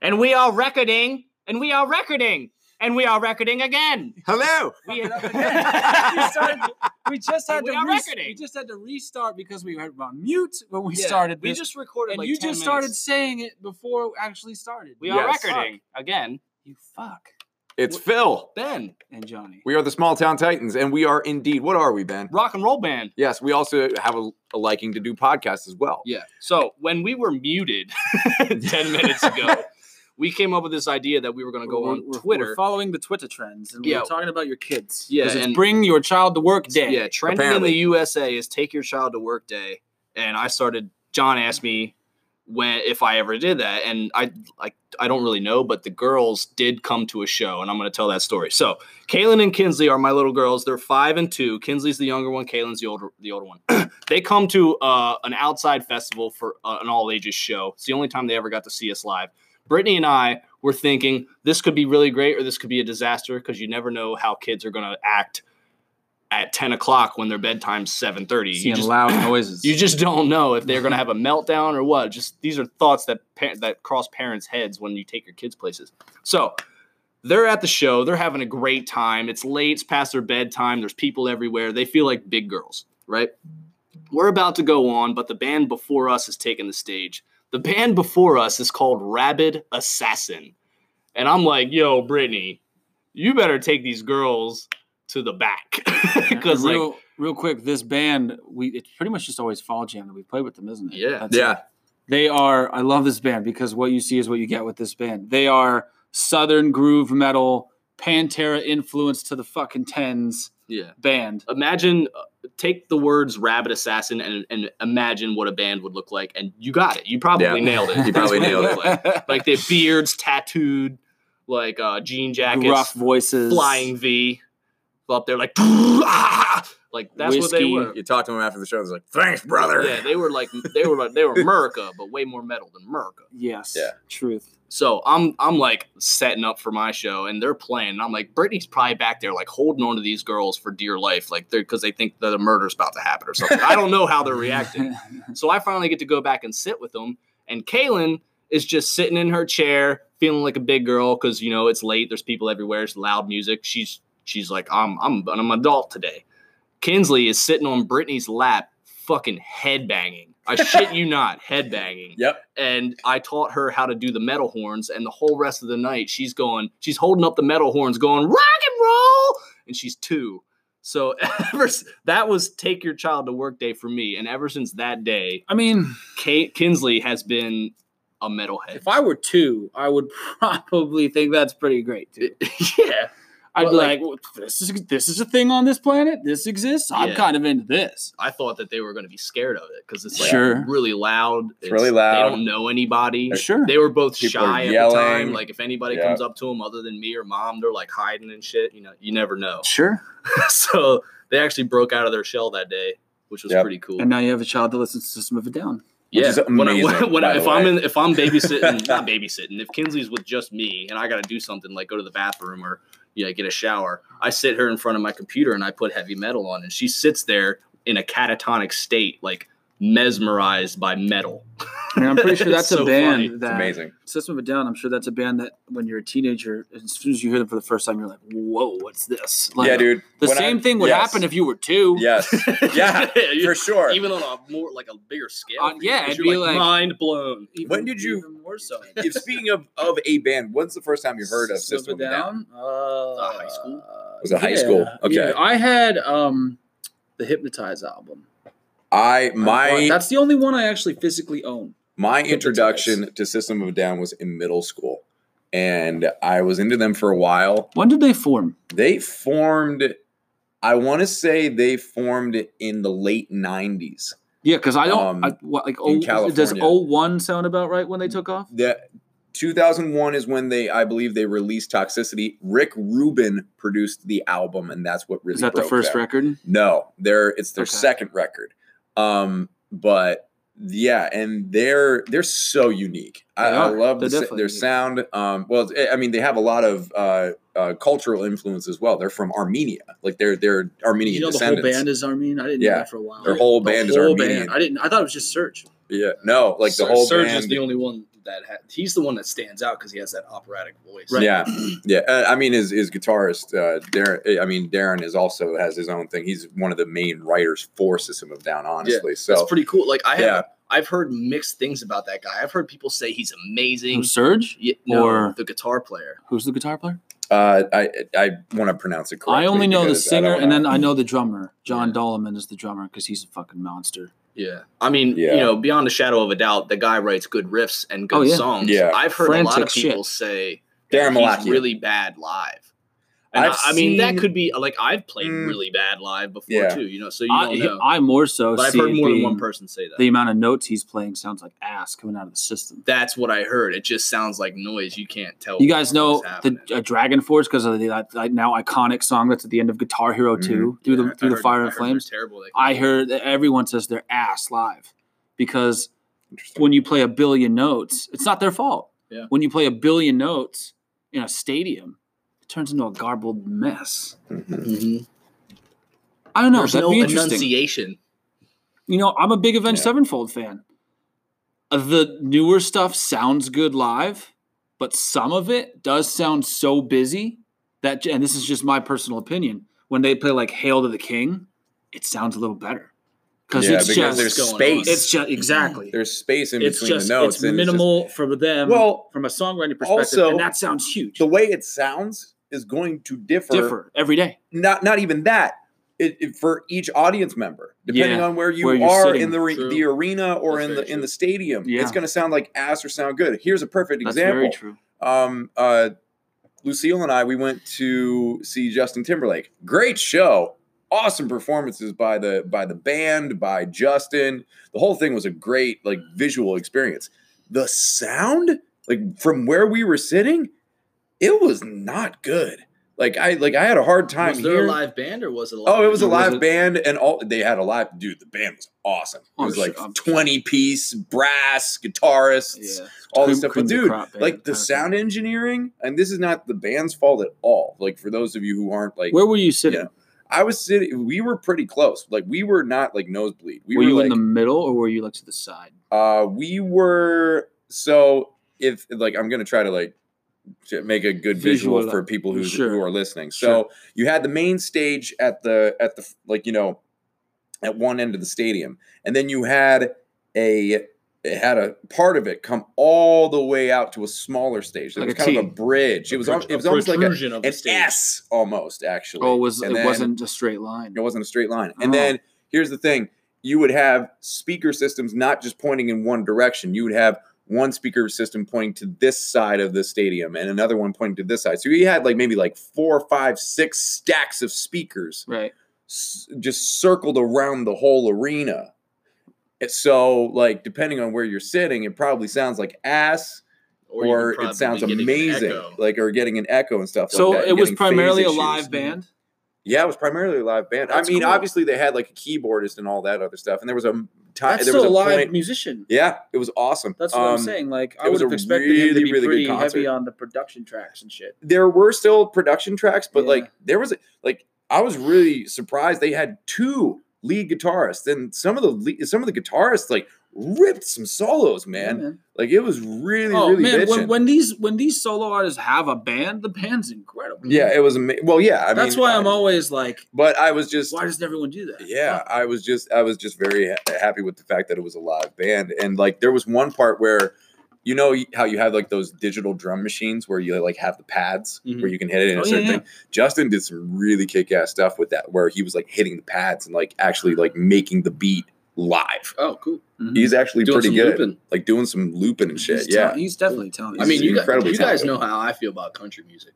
and we are recording, and we are recording, and we are recording again. Hello. We, Up again. we, started- we just had We to are res- reckoning. we just had to restart because we were on mute when we Yeah, started we this, just recorded, and like you 10 just started minutes. saying it before it actually started. We are Yes. recording again. You fuck, It's Wh- Phil. Ben, and Johnny. We are the Small Town Titans, and we are indeed. What are we, Ben? rock and roll band. Yes, we also have a, a liking to do podcasts as well. Yeah. So when we were muted 10 minutes ago, we came up with this idea that we were going to go We're- on we're- Twitter. We're following the Twitter trends, and Yeah. we're talking about your kids. Yeah, 'Cause it's and- bring your child to work day. Yeah, trending apparently. in the USA is take your child to work day. And I started. John asked me when if I ever did that, and I like I don't really know, but the girls did come to a show, and I'm going to tell that story. So Kaylin and Kinsley are my little girls. They're five and two. Kinsley's the younger one. Kaylin's the older the older one. they come to uh, an outside festival for uh, an all ages show. It's the only time they ever got to see us live. Brittany and I were thinking this could be really great or this could be a disaster because you never know how kids are going to act at 10 o'clock when their bedtime's 7.30 you Seeing just, loud noises. you just don't know if they're going to have a meltdown or what just these are thoughts that par- that cross parents' heads when you take your kids places so they're at the show they're having a great time it's late it's past their bedtime there's people everywhere they feel like big girls right we're about to go on but the band before us is taking the stage the band before us is called rabid assassin and i'm like yo brittany you better take these girls to the back because like real, real quick, this band we it's pretty much just always fall jam that we play with them, isn't it? Yeah. That's Yeah. it. They are. I love this band because what you see is what you get with this band. They are southern groove metal, Pantera influence to the fucking tens yeah band. imagine uh, take the words rabbit assassin and, and imagine what a band would look like and you got it you probably Yeah. nailed it You probably That's what nailed looked like like they have beards tattooed like uh jean jackets Rough voices, flying v up there like "Ah!" like that's what they Whiskey. were You talk to him after the show. It's like, thanks, brother. yeah they were like they were like they were Murica, but way more metal than Murica. Yes. Yeah. Truth. So I'm I'm like setting up for my show, and they're playing. And I'm like, Brittany's probably back there, like holding on to these girls for dear life, like they're because they think that a murder's about to happen or something. I don't know how they're reacting. So I finally get to go back and sit with them, and Kaylin is just sitting in her chair, feeling like a big girl because you know it's late. There's people everywhere. It's loud music. She's she's like, I'm I'm I'm an adult today. Kinsley is sitting on Brittany's lap, fucking head banging. I shit you not, head banging Yep. and I taught her how to do the metal horns. And the whole rest of the night, she's going, she's holding up the metal horns, going rock and roll, and she's two. So ever s- that was take your child to work day for me, and ever since that day, I mean, Kate Kinsley has been a metalhead. if I were two, I would probably think that's pretty great too. yeah, I'd Well, be like- like, "Well, this is this is a thing on this planet. This exists. I'm Yeah. kind of into this. I thought that they were going to be scared of it because it's like Sure. really loud. It's really loud. They don't know anybody. Sure. They were both People are shy at the time. yelling. Like if anybody Yeah. comes up to them other than me or mom, they're like hiding and shit. You know, you never know. sure. so they actually broke out of their shell that day, which was Yep. pretty cool. And now you have a child that listens to System of a Down. yeah, is when I, amazing, when by I, the if I'm way. in, if I'm babysitting, not babysitting, if Kinsley's with just me and I got to do something like go to the bathroom or you know get a shower, I sit her in front of my computer and I put heavy metal on, and she sits there in a catatonic state, like mesmerized by metal. I mean, I'm pretty sure that's So a band funny. It's that amazing. System of a Down. I'm sure that's a band that when you're a teenager, as soon as you hear them for the first time, you're like, whoa, what's this? Like, yeah, dude. The When I- same thing would yes. happen if you were two. Yes. Yeah, you- For sure. Even on a more like a bigger scale, Uh, for you, yeah, 'cause it'd you're, be like- mind blown. Even- When did you- even more so? if speaking of, of a band, when's the first time you heard of System of a Down? Uh, high school? Was it high school? Okay. yeah. I had um, the Hypnotize album. I my that's the only one I actually physically own. my Hypnotize. introduction to System of a Down was in middle school, and I was into them for a while. When did they form? They formed, I want to say they formed in the late '90s. Yeah, because I don't Um, I, what, like oh, does California. 01 sound about right when they took off? That 2001 is when they, I believe, they released Toxicity. Rick Rubin produced the album, and that's what really Is that the broke first them. record? No, they're it's their Okay. second record. Um, but yeah, and they're they're so unique. I, They I are. love the, They're s- their definitely unique. sound. Um, well, it's- I mean, they have a lot of uh, uh, cultural influence as well. They're from Armenia, like they're they're Armenian you know the whole descendants. band is Armenian. I didn't Yeah. know that for a while. Their whole band is whole Armenian. I didn't. I thought it was just Search. yeah, no, like the Sur- whole Surge band. is the only one that ha- he's the one that stands out because he has that operatic voice. Yeah, yeah. Uh, I mean, his his guitarist, uh, Darren. I mean, Darren is also has his own thing. He's one of the main writers for System of Down, honestly. that's so pretty cool. Like I have, Yeah. I've heard mixed things about that guy. I've heard people say he's amazing. Who's Surge? Yeah, no, Or- the guitar player. Who's the guitar player? uh, I I want to pronounce it correctly. I only know the because I don't singer, and then wanna- I know the drummer. John Yeah. Dolman is the drummer because he's a fucking monster. Yeah, I mean, Yeah. you know, beyond a shadow of a doubt, the guy writes good riffs and good Oh, yeah. songs. Yeah. I've heard a lot Frantic of people shit. say Darren he's Malakian. really bad live. And I've I, I mean, that seen- could be like I've played Mm. really bad live before Yeah. too. You know, so you I, don't know. I more so. but I've see heard it more than one being- person say that. The amount of notes he's playing sounds like ass coming out of the system. That's what I heard. It just sounds like noise. You can't tell. You guys know Oh, what's the happening. uh, Dragon Force because of the that, that now iconic song that's at the end of Guitar Hero Mhm. 2, Through Yeah, the I Through the heard- Fire I and heard Flames. They're terrible. They I couldn't- heard that everyone says they're ass live because Interesting. when you play a billion notes, it's not their fault. Yeah. When you play a billion notes in a stadium, it turns into a garbled mess. Mhm. Mm-hmm. I don't know. There's that'd no be interesting. enunciation. You know, I'm a big Avenged Yeah. Sevenfold fan. Uh, The newer stuff sounds good live, but some of it does sound so busy that, and this is just my personal opinion, when they play like Hail to the King, it sounds a little better. Because Yeah, it's because just, there's going on. space. it's just, exactly. there's space in it's between just, the notes. it's and just- minimal for them well, from a songwriting perspective. also, and that sounds huge. the way it sounds is going to differ. Differ every day. Not not even that. It, it- for each audience member, depending Yeah, on where you where you're are sitting. in the re- True. the arena or That's in the very in true. the stadium, Yeah. it's going to sound like ass or sound good. Here's a perfect That's example. very true. um, uh, Lucille and I, we went to see Justin Timberlake. Great show, awesome performances by the by the band, by Justin. The whole thing was a great like visual experience. The sound, like from where we were sitting, it was not good. Like I like I had a hard time Was there here. a live band or was it? A live Oh, it was a Was live it- band, and all they had a live dude. The band was awesome. It Oh, was sure, like I'm- twenty piece brass guitarists, all this Cream- stuff. cream But of the dude, crop, man, like kinda the thing. sound engineering, and this is not the band's fault at all. Like for those of you who aren't like, Where were you sitting? Yeah. I was sitting, we were pretty close. Like we were not like nosebleed. We were were, you like, in the middle or were you like to the side? uh, we were so if like I'm gonna try to like to make a good visual, Visual- for people who sure. who are listening. So Sure. you had the main stage at the at the like you know at one end of the stadium, and then you had a it had a part of it come all the way out to a smaller stage. It Like was a kind of a T. bridge. It was al- protr- it was almost like a, protrusion of the an stage. S almost actually. Oh, it was And it then- wasn't a straight line. it wasn't a straight line. And Oh. then here's the thing you would have speaker systems not just pointing in one direction. You would have one speaker system pointing to this side of the stadium and another one pointing to this side. So you had like maybe like four, five, six stacks of speakers Right. s- just circled around the whole arena. And So, like, depending on where you're sitting, it probably sounds like ass, you or, could it sounds probably get an amazing, echo. like, or getting an echo and stuff. So like that, it and was getting phase primarily a issues. live band. Yeah, it was primarily a live band. That's I mean, cool. obviously they had like a keyboardist and all that other stuff, and there was a m- time. That's there was still a a live point- musician. Yeah, it was awesome. That's what I'm Um, saying. Like it I was a would have expected him really, to be really good pretty concert. heavy on the production tracks and shit. There were still production tracks, but Yeah. like there was like I was really surprised they had two lead guitarists, and some of the lead, some of the guitarists like ripped some solos, man. Like it was really, Oh really man, bitchin'. when, when these when these solo artists have a band, the band's incredible. yeah, it was. Ama- well, yeah, I That's mean, why I'm I- always like, But I was just why doesn't everyone do that? yeah i was just i was just very ha- happy with the fact that it was a live band and like there was one part where you know how you have like those digital drum machines where you like have the pads Mhm. where you can hit it in Oh, a yeah, certain yeah. thing justin did some really kick-ass stuff with that where he was like hitting the pads and like actually like making the beat live Oh, cool. Mhm. he's actually Doing pretty some good looping. like doing some looping and shit He's yeah ta- he's definitely talented. I mean, He's you guys, incredibly you guys talented. know how I feel about country music.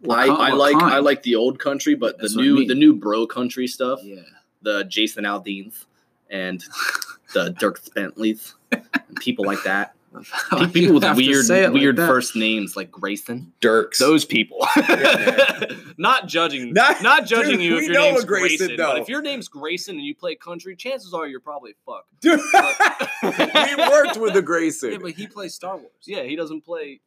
What I, kind- I what like I kind? like the old country, but the That's what I new mean. the new bro country stuff, Yeah. the Jason Aldeans and the Dirk Bentleys, and people like that. Pe- You People with have to weird say it like weird that. first names like Grayson. dirks Those people. Yeah. not judging. Not- Not, judging Dude, you we if your know name's a Grayson, Grayson. but though. if your name's Grayson and you play country, chances are you're probably fucked. Dude, we worked with the grayson Yeah, but he plays Star Wars. Yeah, he doesn't play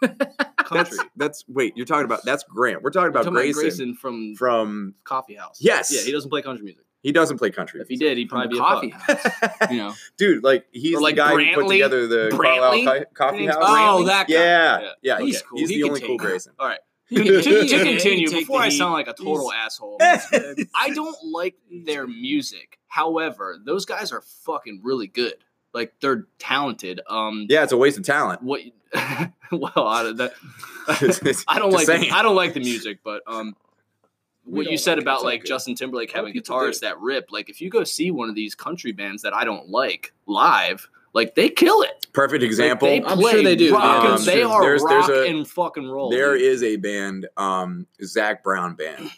that's, country. that's wait you're talking about that's grant we're talking about Talking grayson, Grayson from from Coffee House. Yes. Yeah, he doesn't play country music. He doesn't play country. If he did, he'd probably From be the a coffee fuck. house. You know, Dude, like he's Or, like, the guy who put Brantley? together the Carlisle Brantley? Co- Coffee House. oh, that guy. yeah, Yeah. yeah, He's he's, cool. he's He the can only take cool it. Grayson. All right. He can- To, he to can continue, take before the I heat. sound like a total asshole, I don't like their music. However, those guys are fucking really good. Like they're talented. Um, Yeah, it's a waste of talent. what? well, I, that, I don't Just like saying. the, I don't like the music, but um, We what you don't said like it. It's about all like good. Justin Timberlake Other having people guitars do. that rip, like if you go see one of these country bands that I don't like live, like they kill it. Perfect example. Like, they I'm play sure they do. rock Yeah, and- that's they true. are There's- there's rock a- and fucking roll. There dude. is a band, um, Zach Brown band.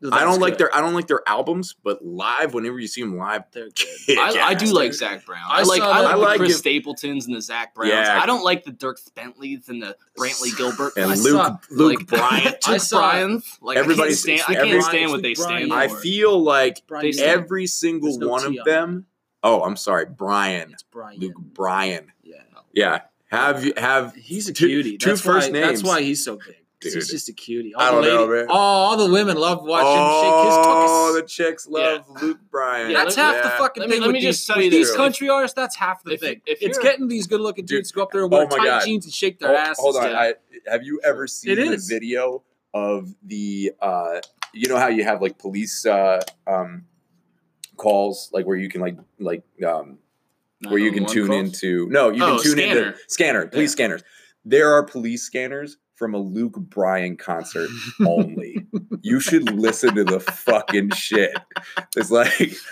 That's I don't like good. their I don't like their albums, but live, whenever you see them live, they're good. I, I do like Zach Brown. I, I like saw I that- like, I the like Chris it- Stapletons and the Zach Browns. Yeah. I don't like the Dirk Bentleys and the Brantley Gilbert. and I Luke saw- Luke like, Bryant. Luke I saw- Bryan's. Like Everybody's- I can't stand, I can't every- stand what they Luke stand. Bryan. I for. feel like Brian They- Epstein. every single There's no one T of on them. Oh, I'm sorry, Brian, It's Brian. Luke Bryan. Yeah. Yeah, have you have He's a Two- cutie. two That's first why, names. That's why he's so big. 'Cause Dude. He's just a cutie. All I the don't know, man. lady- Oh, all the women love watching oh, him shake the his tuchus. chicks love Luke Bryan. Yeah, that's let- half Yeah. the fucking Let me- thing. let with me these, just tell with you these this. country artists. That's half the If- thing. if it's you're- getting these good-looking Dude, dudes to go up there and oh wear my tight God. jeans and shake their Hol- asses. Hold on. dude. I, have you ever seen the is. video of the uh you know how you have like police uh um calls like where you can like like um where you can 911 tune calls? into no you Oh, can tune scanner. into scanner police Yeah. scanners there are police scanners from a Luke Bryan concert only you should listen to the fucking shit it's like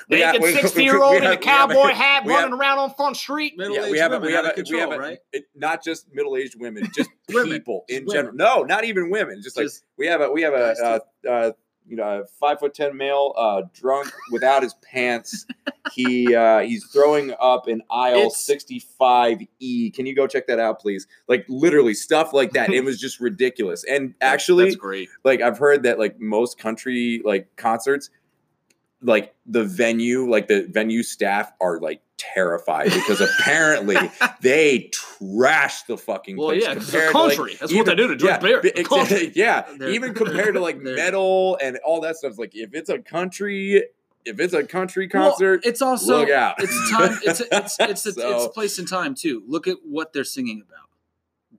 we got- Naked we- we- sixty year old we in a have- we have- cowboy hat we have- running around on Front Street. yeah, Middle-aged we have a, women we have out of a, we have control, a- right? it- not just middle-aged women, just Women. people in Women. general. No, not even women. Just like Just- we have a we have Guys, a uh, uh, you know a five foot ten male uh, drunk without his pants. He uh, he's throwing up an aisle It's- sixty five E. Can you go check that out, please? Like literally stuff like that. it was just ridiculous. And actually, that's great. like I've heard that like most country like concerts, like the venue, like the venue staff are like terrified because apparently they trash the fucking Well, place yeah, 'cause they're compared to, like, country. that's what they even- do to drink yeah, beer. b- They're country. exactly, yeah. They're- even compared to like they're- metal and all that stuff, it's like if it's a country, if it's a country Well, concert, it's also look out. it's time. It's a, it's it's a, it's So- place and time too. Look at what they're singing about: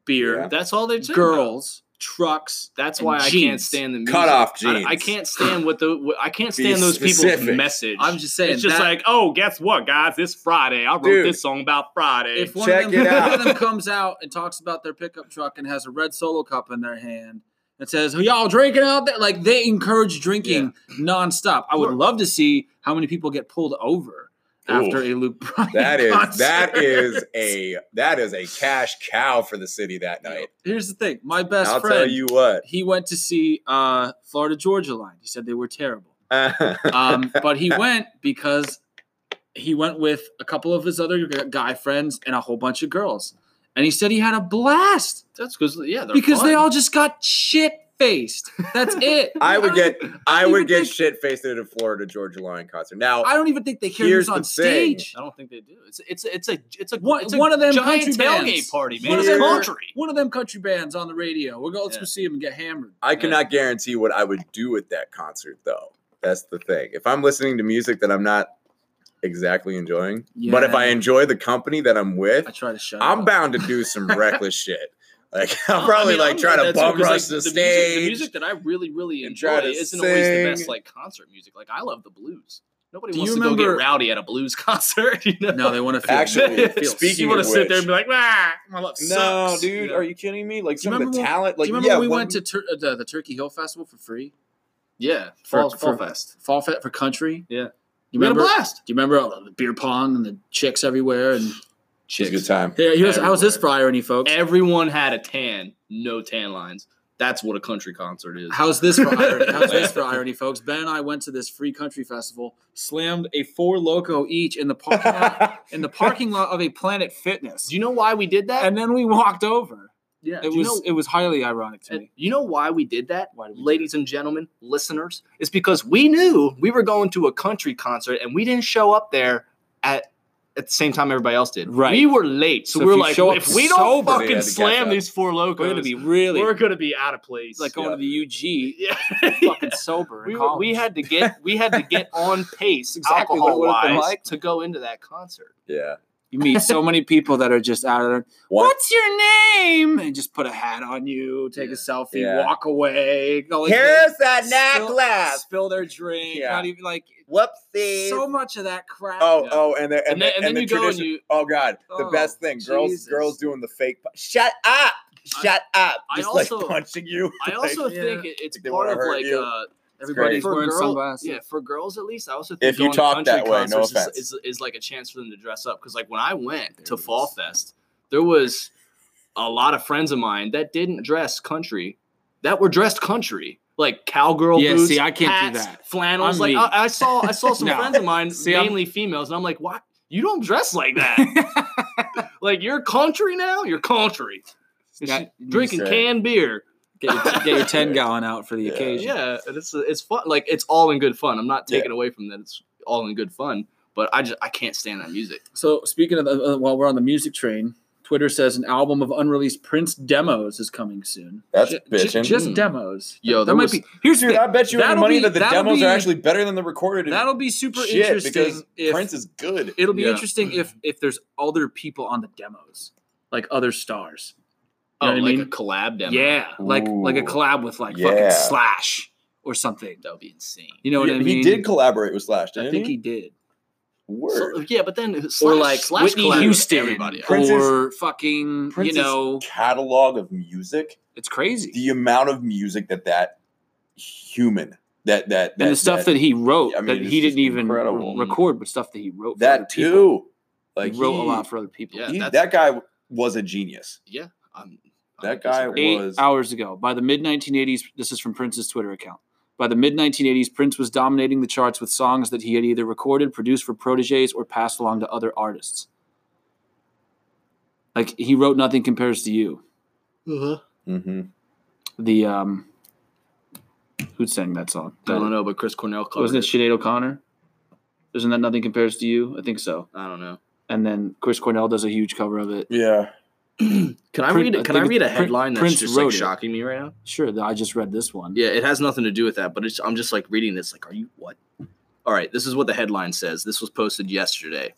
beer, Yeah. That's all they do. girls, trucks. That's and why I can't jeans. stand the music. Cut off I, I jeans. can't stand what the what- I can't Be stand those specific. people's message. I'm just saying. it's just that- like, oh, guess what, guys? It's Friday. I wrote Dude. this song about Friday. if one, check of it them, out. one of them comes out and talks about their pickup truck and has a red solo cup in their hand and says, "Y'all drinking out there?" Like they encourage drinking nonstop. I would Sure. love to see how many people get pulled over after a Luke Bryan. that is concert. that is a that is a cash cow for the city that night. Here's the thing. My best I'll friend. tell you what. he went to see uh, Florida Georgia Line. He said they were terrible, um, but he went because he went with a couple of his other gu- guy friends and a whole bunch of girls, and he said he had a blast that's because yeah, they're because they fun. all just got shit faced. That's it. I would get I would even get think- shit faced at a Florida Georgia Line concert. Now I don't even think they care Here's who's on the thing. stage. I don't think they do. It's it's it's a it's a One- it's a one of them giant country tailgate bands. party, man. One of It's them- country. One of them country bands on the radio. We'll go. Let's Yeah. go see him and get hammered. I cannot guarantee what I would do at that concert though. That's the thing. If I'm listening to music that I'm not exactly enjoying, but if I Yeah. enjoy the company that I'm with, I try to shut. I'm up. bound to do some reckless shit. Like I'll I probably mean, like I'm try like to that too, bum 'cause, like, rush the, stage. Music, the music that I really really and enjoy try to isn't always the sing. best like concert music. Like I love the blues. Nobody Do wants you to go get remember- rowdy at a blues concert. You know? No, they want to feel. Actually, feel speaking you want of to sit there and which- be like, ah, my love no, sucks. dude, Yeah. are you kidding me? Like Do some you of the remember when- talent, like Do you remember yeah, when we one- went to Tur- uh, the, the Turkey Hill Festival for free? Yeah, For- Fall, Fall for- Fest. Fall Fe- for country. Yeah. you remember? We had a blast. Do you remember all the beer pong and the chicks everywhere? And It was a good time. here, here's how's this for Everywhere. irony, folks? Everyone had a tan, no tan lines. That's what a country concert is. How's this for irony? How's this for irony, folks? Ben and I went to this free country festival, slammed a four loco each in the parking lot in the parking lot of a Planet Fitness, Do you know why we did that? and then we walked over. yeah, It do you was know, it was highly ironic to and me. you know why we did that, Why did we do ladies and gentlemen, listeners? It's because we knew we were going to a country concert and we didn't show up there at at the same time everybody else did. Right. We were late, so, So we if were you like, show up if we don't sober- Yeah, to fucking catch slam up. these four locos, We're gonna be really we're gonna be out of place. like yeah. going to the yeah. UG, fucking sober. in we, were, we college. had to get we had to get on pace Exactly what it alcohol would've been wise like. to go into that concert. Yeah. you meet so many people that are just out of there. One, What's your name? And just put a hat on you, take a selfie, Yeah. walk away. go like this, Here's a necklace. spill their drink. Yeah. Not even like Whoopsie. so much of that crap. oh, Yeah. oh, and the, and, And, then, the, and then the you go and tradition. you oh God, the Oh, best thing. Girls, Jesus. girls doing the fake. pu- Shut up. Shut up. I Just also- like punching you. I also Yeah. think it, it's They part wanna of hurt like you. uh Everybody's Great. Everybody's for wearing girls, sunglasses. yeah, for girls at least. I also think If you going talk to country that way, no concerts is- offense. is, is, like a chance for them to dress up. Because like when I went There to it is. Fall Fest, there was a lot of friends of mine that didn't dress country, that were dressed country, like cowgirl Yeah, boots. see, I can't do hats, that. Flannels, I'm like mean. I, I saw, I saw some No. friends of mine, See, I'm- mainly females, and I'm like, why? You don't dress like that. like you're country now. You're country. And Got- she- drinking said- canned beer. Get your, get your ten gallon out for the Yeah. occasion. Yeah, and it's it's fun. Like it's all in good fun. I'm not Yeah. taking away from that. It's all in good fun. But I just I can't stand that music. So speaking of the, uh, while we're on the music train, Twitter says an album of unreleased Prince demos is coming soon. That's Ju- ju- bitching. just Mm. demos. Yo, Hmm. that there might was- be. Here's the Dude, I bet you any That'll money be- that the that'll demos be- are actually better than the recorded. thing. that'll be super shit interesting. because If, Prince is good. it'll be Yeah. interesting if if there's other people on the demos, like other stars. Oh, You know what I like a mean? collab demo. Yeah, like like Ooh. a collab with like Yeah. fucking Slash or something. that would be insane. You know what he, I mean? he did collaborate with Slash, didn't I think he? he did. Word. So- yeah, but then slash, or like like slash Whitney collab with Houston everybody. else. Prince's- or fucking Prince's- you know catalog of music, it's crazy. the amount of music that that human that that, that and the stuff that, he wrote I mean, that it's he just didn't even incredible. record, but stuff that he wrote. For other that people. too, He like wrote a lot for other people. Yeah, he- that's- that guy was a genius. Yeah, Oh, I'm, I That don't guy disagree. Eight was- hours ago, by the mid 1980s, this is from Prince's Twitter account. By the mid 1980s, Prince was dominating the charts with songs that he had either recorded, produced for proteges, or passed along to other artists. Like he wrote "Nothing Compares to You." Uh-huh. Mm-hmm. The um, who sang that song? I don't know, but Chris Cornell covered Wasn't it Sinead O'Connor? Isn't that "Nothing Compares to You"? I think so. I don't know. And then Chris Cornell does a huge cover of it. Yeah, Can I Prin- read? I Can I think read a it's Prin- headline that's Prince just like wrote it. shocking me right now? Sure, th- I just read this one. Yeah, it has nothing to do with that, but it's, I'm just like reading this. Like, are you what? All right, this is what the headline says. This was posted yesterday.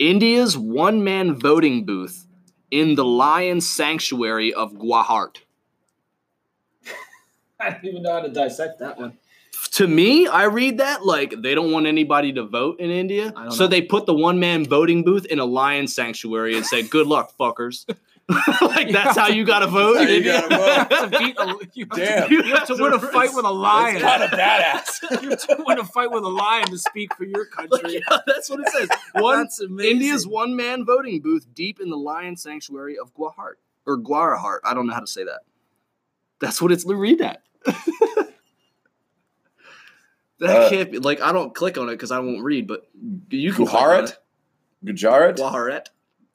India's one man voting booth in the lion sanctuary of Guwahati. I don't even know how to dissect that one. To me, I read that like they don't want anybody to vote in India. I don't So know. they put the one man voting booth in a lion sanctuary and say, Good luck, fuckers. like, that's how you got to vote in That's how you India. gotta vote. you Damn. You have to win a fight with a lion. that's kind of badass. you have to win a fight with a lion to speak for your country. Yeah, that's what it says. One That's amazing. India's one man voting booth deep in the lion sanctuary of Guwahart or Guarahart. I don't know how to say that. That's what it's read that. that Uh, can't be like I don't click on it because I won't read, but you can click on Gujarat, it. Gujarat, Guaharat.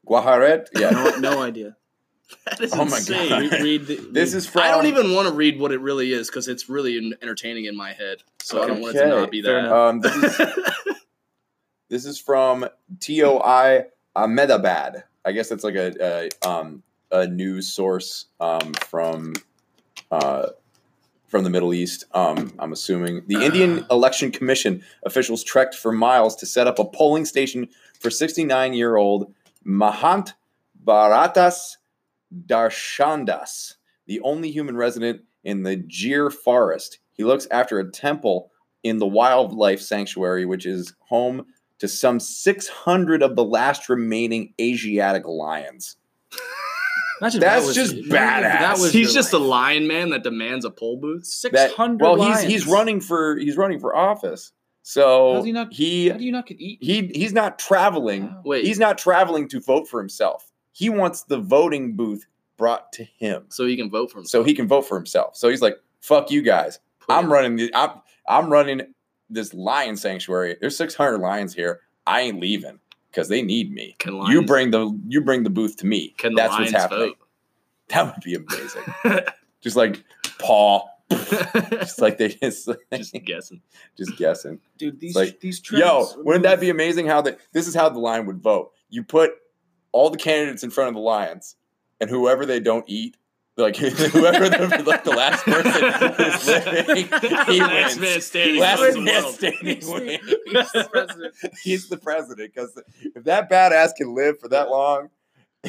Gujarat. Yeah. no, no idea. That is Oh my insane. God. Re- read the, This read- is from. I don't even want to read what it really is because it's really en- entertaining in my head. So I don't want it to Okay, not be fair that. Um, this, is, this is from TOI Ahmedabad. I guess that's like a, a um a news source um from uh from the Middle East. Um, I'm assuming the Indian Election Commission officials trekked for miles to set up a polling station for 69 year old Mahant Bharatas Darshandas, the only human resident in the Gir forest. He looks after a temple in the wildlife sanctuary, which is home to some 600 of the last remaining Asiatic lions. Imagine if that's that was- just imagine if That badass. was He's your just life. a lion man that demands a poll booth. That- 600 well, lions. he's he's running for he's running for office. So How's he not- he How do you not get eaten? he he's not traveling. Wow. Wait, He's not traveling to vote for himself. He wants the voting booth brought to him so he can vote for himself. so he can vote for himself. So he's like, "Fuck you guys. I'm running. The, I'm I'm running this lion sanctuary. There's 600 lions here. I ain't leaving because they need me. Can You lions- bring the you bring the booth to me. Can the That's Lions what's happening. vote? That would be amazing. Just like Paul, Just like they just, Just guessing. just guessing. Dude, these like, these Yo, trends- wouldn't that be amazing? How the this is how the lion would vote. You put all the candidates in front of the lions, and whoever they don't eat, like whoever the, like the last person is living, he last wins. man standing. Last runs the man world. standing wins. He's the president. He's the president because if that badass can live for that long,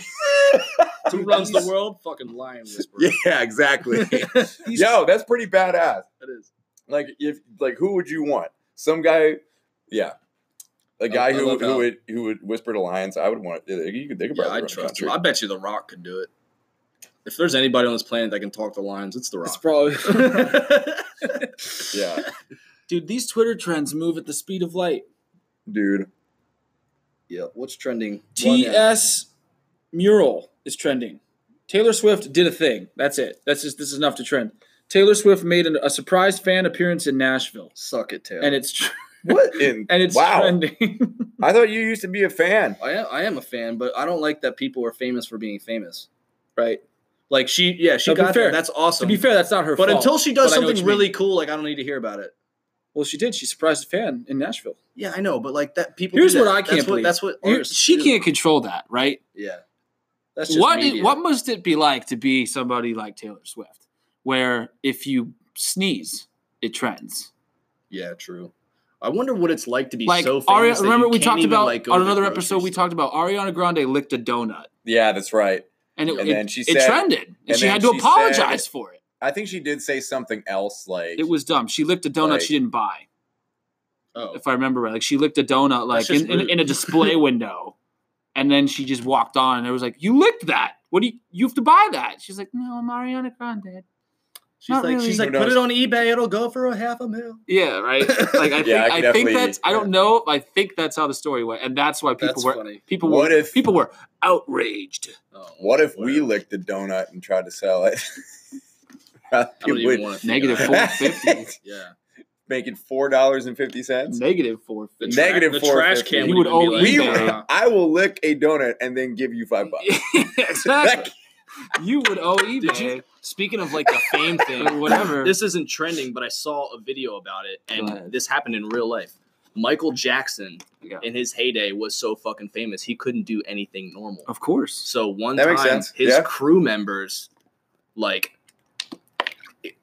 Who runs the world? Fucking lion whisperer. yeah, exactly. These- Yo, that's pretty badass. That is. Like if like who would you want? Some guy, yeah, a guy I who, love who how- would who would whisper to lions. I would want. You could, they could Yeah, probably I run a trust country. him. I bet you The Rock could do it. If there's anybody on this planet that can talk to lions, it's The It's Rock. probably Yeah, dude. These Twitter trends move at the speed of light. dude. yeah. What's trending? T.S. Mural is trending. Taylor Swift did a thing. That's it. That's just this is enough to trend. Taylor Swift made an, a surprise fan appearance in Nashville, Suck it, Taylor. and it's tr- What? In, and it's wow. trending. I thought you used to be a fan. I am, I am a fan, but I don't like that people are famous for being famous, right? Like she, yeah, she No, to be got there. fair- That's to awesome. be fair, that's not her but fault. until she does but I know what something you mean. really cool, like I don't need to hear about it. well, she did. She surprised a fan in Nashville. Yeah, I know, but like that people. Here's do that. what I can't that's believe. What, that's what You- artists she do. can't control that, right? Yeah, that's just What media. it, what must it be like to be somebody like Taylor Swift, where if you sneeze, it trends? Yeah, true. I wonder what it's like to be Like so Ari- famous. that remember you we can't talked even, about like, go on to the another grocery episode we store. talked about Ariana Grande licked a donut, Yeah, that's right. and it And it, then she it said- trended, and, and she then had to she apologize said- for it. I think she did say something else. Like It was dumb. She licked a donut Like- she didn't buy, Oh, if I remember right. Like she licked a donut like just in, in, rude. in a display window, and then she just walked on, and it was like, "You licked that. What do you? You have to buy that." She's like, "No, I'm Ariana Grande." she's not like really. she's like Who put knows? it on eBay. It'll go for a half a mil. Yeah, right. Like I think Yeah, I I, could think definitely- that's I don't know. I think that's how the story went, and that's why people That's were funny. people were What if- people were outraged. Oh, What if we whatever. licked the donut and tried to sell it? I don't even want to Negative four fifty. Yeah. Making four dollars and fifty cents. Negative four fifty. tra- Negative the trash 450. can You would would owe owe like, We, eBay. "Nah." I will lick a donut and then give you five bucks. exactly. You would owe Did eBay you- Speaking of like the fame thing, or whatever. This isn't trending, but I saw a video about it, Go and ahead. this happened in real life. Michael Jackson, Yeah. in his heyday, was so fucking famous he couldn't do anything normal. of course. So one That time, makes sense. his Yeah. crew members, like,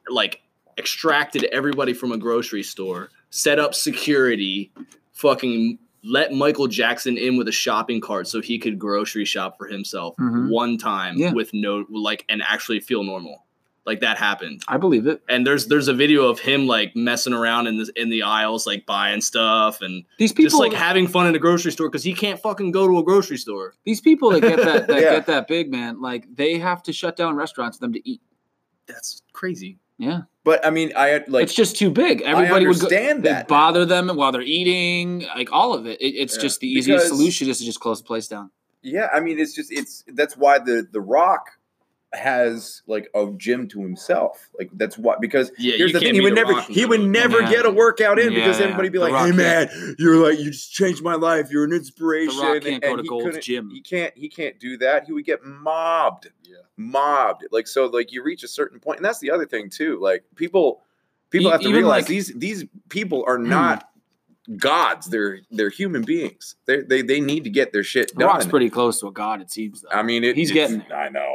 like extracted everybody from a grocery store, set up security, fucking let Michael Jackson in with a shopping cart so he could grocery shop for himself Mm-hmm. Mhm. one time Yeah. with no like and actually feel normal. Like that happened. I believe it. And there's there's a video of him like messing around in the in the aisles, like buying stuff and These people, just like having fun in a grocery store because he can't fucking go to a grocery store. these people that get that that Yeah. get that big man, like they have to shut down restaurants for them to eat. That's crazy. Yeah, But I mean, I like it's just too big. Everybody I would go, understand they that. bother them while they're eating, like all of it. it it's Yeah. just the easiest Because- solution is to just close the place down. yeah, I mean, it's just it's that's why the the Rock has like a gym to himself. Like that's why because Yeah, here's you the can't thing he be would The never Rock and he go would to- never Yeah. get a workout in Yeah, because yeah. everybody'd be The like, Rock "Hey can't- man, you're like you just changed my life. You're an The inspiration." Rock can't go and to he Gold's couldn't- e- Gym. He can't he can't do that. He would get mobbed. Yeah. Mobbed. Like so like you reach a certain point and that's the other thing too. Like people people E- have to even, realize like- these these people are not gods. They're they're human beings. They they they need to get their shit The done. Rock's pretty close to a god, it seems. Though. I mean, it, He's it's- getting there. I know.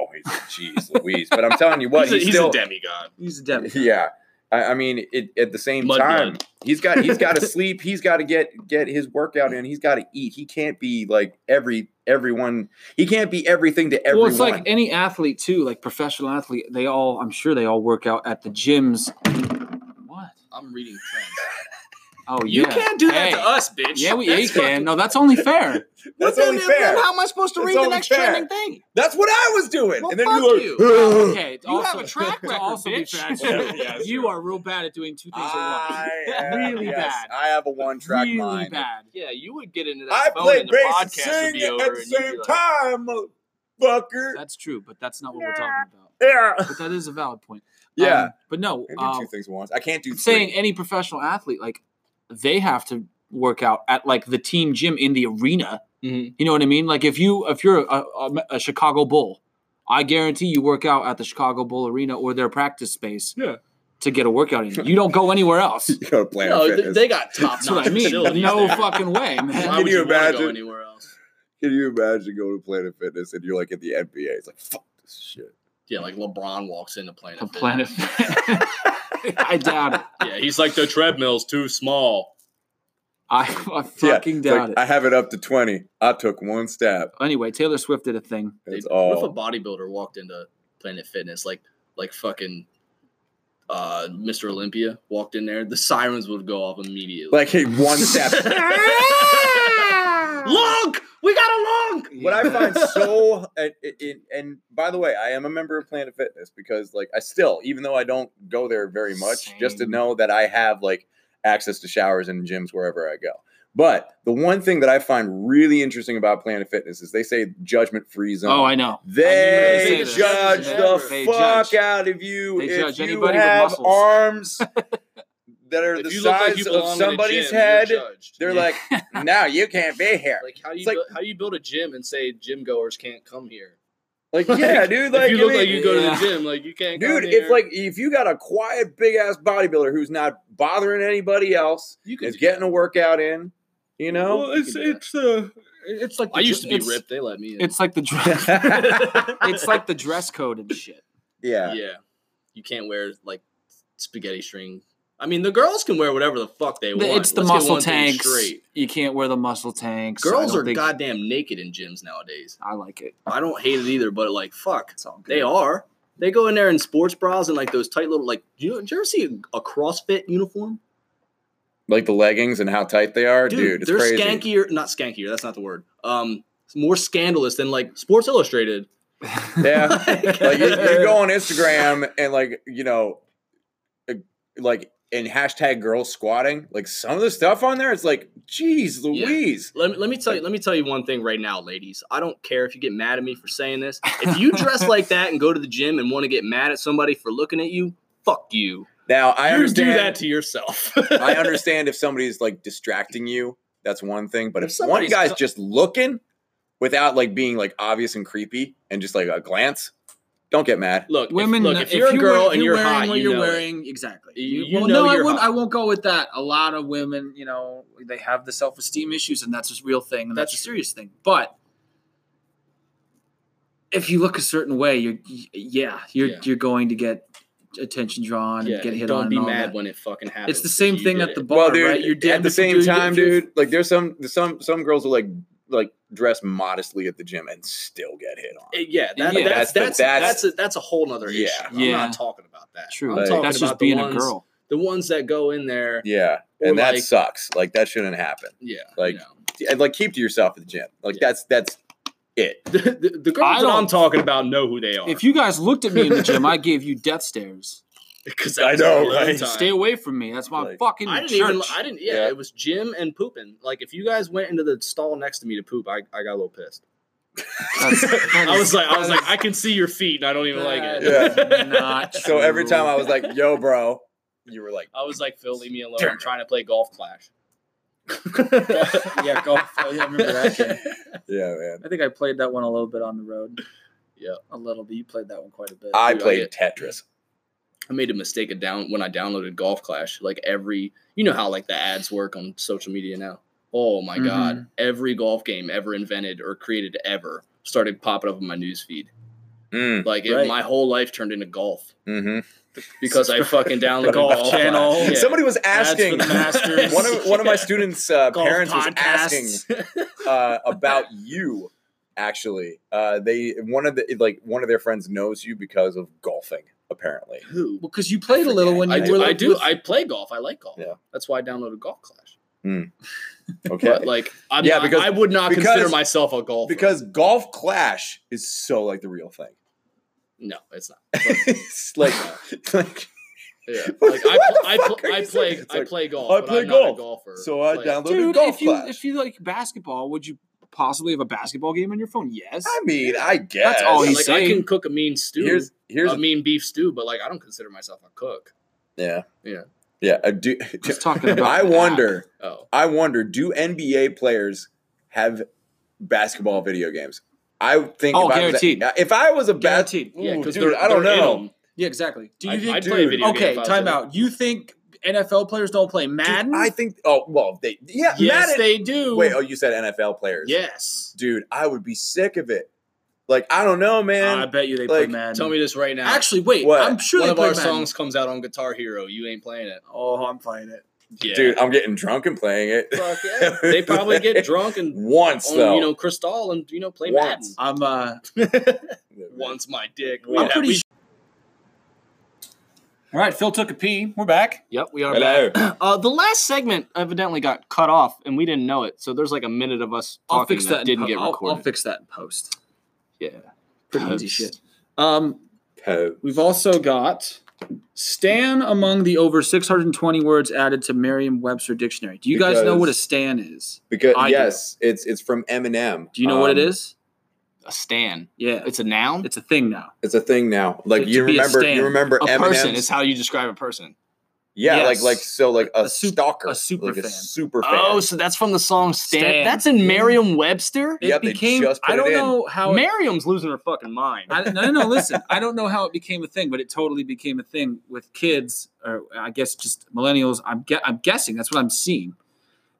Jeez, Louise. But I'm telling you what, he's, a, he's, he's still. a demigod. He's a devil. yeah. I, I mean, it, at the same Mud time, blood. he's got he's got to sleep. He's got to get get his workout in. He's got to eat. He can't be like every everyone. He can't be everything to everyone. Well, it's like any athlete too, like professional athlete. They all, I'm sure, they all work out at the gyms. What? I'm reading trends. Oh, You yeah. can't do that Hey. to us, bitch. Yeah, we yeah, you That's fucking- can. No, that's only fair. that's Well, only then- fair. then how am I supposed to That's read the only next fair. trending thing? that's what I was doing. Well, and then fuck you you. were. okay, it's You have also- a track to record, also be bitch. fair, actually, Yeah, yeah, that's you true. are real bad at doing two things I at am- once. really yes, bad. I have a one track really mind. bad. Yeah, you would get into that I phone play and the bass and podcast would sing be over at the and you'd be same like, time, fucker. That's true, but that's not what we're talking about. Yeah. Um, But that is a valid point. Yeah. Um, but I no, can do um, two things at once. I can't do saying three. any professional athlete, like they have to work out at like the team gym in the arena. Mhm. You know what I mean? Like if you if you're a, a, a Chicago Bull, I guarantee you work out at the Chicago Bull arena or their practice space. Yeah. to get a workout in. You don't go anywhere else. You go to Planet No, they, Fitness. they got top That's what notch I mean. facilities. No there. fucking way, Why man. Can would you wanna imagine? Go anywhere else? Can you imagine going to Planet Fitness and you're like at the NBA? It's like fuck this shit. Yeah, like LeBron walks into Planet. The Fitness. planet. I doubt it. Yeah, he's like the treadmill's too small. I, I fucking It's doubt like, it. I have it up to twenty. I took one step. anyway, Taylor Swift did a thing. It's Dude, What if a all. bodybuilder walked into Planet Fitness like like fucking uh Mr. Olympia walked in there? The sirens would go off immediately. Like hey, one step. Lunk! We got a lunk! What I find so and, and and by the way, I am a member of Planet Fitness because like I still, even though I don't go there very much, just to Same. know that I have like access to showers and gyms wherever I go. But the one thing that I find really interesting about Planet Fitness is they say judgment free zone. Oh, I know. I knew you They were gonna say judge that. the They fuck judge. out of you. They if judge you anybody with have muscles. arms that are If the you look like size you belong of in a somebody's gym, you're head, judged. they're Yeah. like, "No, you can't be here." Like how do you It's like- build, how do you build a gym and say gym goers can't come here? Like, yeah, dude. if Like, you I look mean- like you go to Yeah. the gym, like you can't, come dude here. if like if you got a quiet big ass bodybuilder who's not bothering anybody else you can. is getting a workout in you know it's it's uh, it's like I used to be ripped. They let me in. It's like the dress. it's like the dress code and shit. yeah yeah, you can't wear like spaghetti string. I mean, the girls can wear whatever the fuck they want. It's the Let's get muscle one thing tanks. Straight. You can't wear the muscle tanks. I Girls don't are think- goddamn naked in gyms nowadays. I like it. I don't hate it either, but like, fuck, It's all good. they are. They go in there in sports bras and like those tight little like. You know, did you ever see a, a CrossFit uniform? like the leggings and how tight they are dude, it's they're crazy skankier. Not skankier. That's not the word. Um, more scandalous than like Sports Illustrated. yeah like you, Like, you go on instagram and like you know uh, like in hashtag girls squatting like some of the stuff on there it's like jeez louise Let me, let me tell you. Let me tell you one thing right now, ladies. I don't care if you get mad at me for saying this. If you dress like that and go to the gym and want to get mad at somebody for looking at you, fuck you. now i you understand do that to yourself. I understand if somebody's like distracting you, that's one thing. But If if, one somebody's guy's co- just looking without like being like obvious and creepy and just like a glance, don't get mad. Look, Women, If, look, know- if, you're a you girl wear- and you're, wearing hot, what you you're know it. wearing exactly. You- You, you well, know no, I you're won't. hot. I won't go with that. A lot of women, you know, they have the self esteem issues, and that's a real thing, and that's, That's a serious thing. But if you look a certain way, you're y- yeah, you're Yeah. you're going to get attention drawn Yeah, and get hit don't on. be and all mad that. when it fucking happens. It's the same You thing did at the it. bar, well, dude, right? You're at damned the if you same do, you're time, damned if you- dude, like there's some there's some some girls will like like dress modestly at the gym and still get hit on. Uh, yeah, that, Yeah. that's That's the- that's that's- that's a, that's a whole nother issue. Yeah. I'm Yeah. not talking about that. True, I'm Like- talking that's about just the being ones- a girl. The ones that go in there, Yeah, Or, and that like- sucks. Like that shouldn't happen. yeah, Like- you know. And like keep to yourself at the gym. Like Yeah. that's that's it. the, the, the I girls that don't- I'm talking about know who they are. If you guys looked at me in the gym, I gave you death stares. because I know, right? Stay away from me. That's my Like, fucking I didn't church. even. I didn't. Yeah, Yeah. it was Jim and pooping. Like if you guys went into the stall next to me to poop, I, I got a little pissed. That's- that I is- was like, I was that like, is- I can see your feet, and I don't even like it. That is not So every true. time I was like, "Yo, bro," you were like, I was like, Phil, leave me alone. I'm trying to play golf clash. yeah, go. I remember that. Game. "Yeah, man." I think I played that one a little bit on the road. Yeah. a little bit. You played that one quite a bit. I Dude, I played Tetris. I made a mistake of down when I downloaded Golf Clash. Like every, you know how like the ads work on social media now. Oh Mm-hmm. my god! Every golf game ever invented or created ever started popping up in my news feed. Mm. Like it, Right. my whole life turned into golf hmm because I fucking downloaded Golf Golf Channel. Clash. Yeah. Somebody was Ads for asking. the Masters. One of one of my students' uh, Golf parents was asking podcasts. uh, about you. Actually, uh, they one of the like one of their friends knows you because of golfing. Apparently, who? well, because you played a little when you I were. do. like, I do. with- I play golf. I like golf. Yeah. That's why I downloaded Golf Clash. okay, But like, I'm Yeah, not- because- I would not because- consider myself a golfer. because golf clash is so like the real thing. no, it's not. it's like, like Yeah. What- Like I, what the I, fuck are I you play. saying? It's I like, play golf. I but play I'm not a golf, golfer. so I Like, downloaded dude, golf if you clash. if you like basketball, would you possibly have a basketball game on your phone? Yes. I mean, I guess Oh, all Like he's I can saying- cook a mean stew. here's here's a mean beef stew, but like I don't consider myself a cook. yeah Yeah. yeah. I do, Just talking about. I the wonder. app. Oh, I wonder, do NBA players have basketball video games? I think Oh, if I was a- guaranteed. if I was a bat, Guaranteed. yeah, because dude, they're I don't they're in know. 'em. Yeah, exactly. Do you I'd, think? I'd play a dude, video okay, game. if I was time in it. out. You think NFL players don't play Madden? Dude, I think. Oh well, they yeah. yes, Madden- they do. Wait, oh, you said NFL players? yes. dude, I would be sick of it. Like I don't know, man. I bet you they like, play Madden. Tell me this right now. Actually, wait. What? I'm sure one they of play our Madden. songs comes out on Guitar Hero. You ain't playing it. Oh, I'm playing it. Yeah. Dude, I'm getting drunk and playing it. Fuck yeah. they probably get drunk and once on, though. you know Cristal and you know play Once. I'm. uh Madden. Once my dick. I'm Yeah, pretty we- sure- All right, Phil took a pee. We're back. Yep, we are Hello. back. Uh, the last segment evidently got cut off, and we didn't know it. So there's like a minute of us talking I'll fix that. in didn't po- get I'll- recorded. I'll, fix that in post. yeah, Pretty easy Post. shit. Um, Po- We've also got Stan among the over 620 words added to Merriam-Webster dictionary. Do you guys know Because- what a Stan is? because I do. yes, it's it's from Eminem. Do you know what it Um, is? a stan. Yeah, it's, It's a noun. a thing now. It's a thing now. Like To- you to be a remember, stan. you remember a Eminem. person is how you describe a person. yeah, Yes. like like so like a, A sup- stalker, a super like a fan. super fan. Oh, so that's from the song Stan. Stan. That's in Merriam-Webster. Yep, they just put I don't it in. know how. It, Merriam's losing her fucking mind. I, no, no, no. Listen, I don't know how it became a thing, but it totally became a thing with kids, or I guess just millennials. I'm gue- I'm guessing that's what I'm seeing.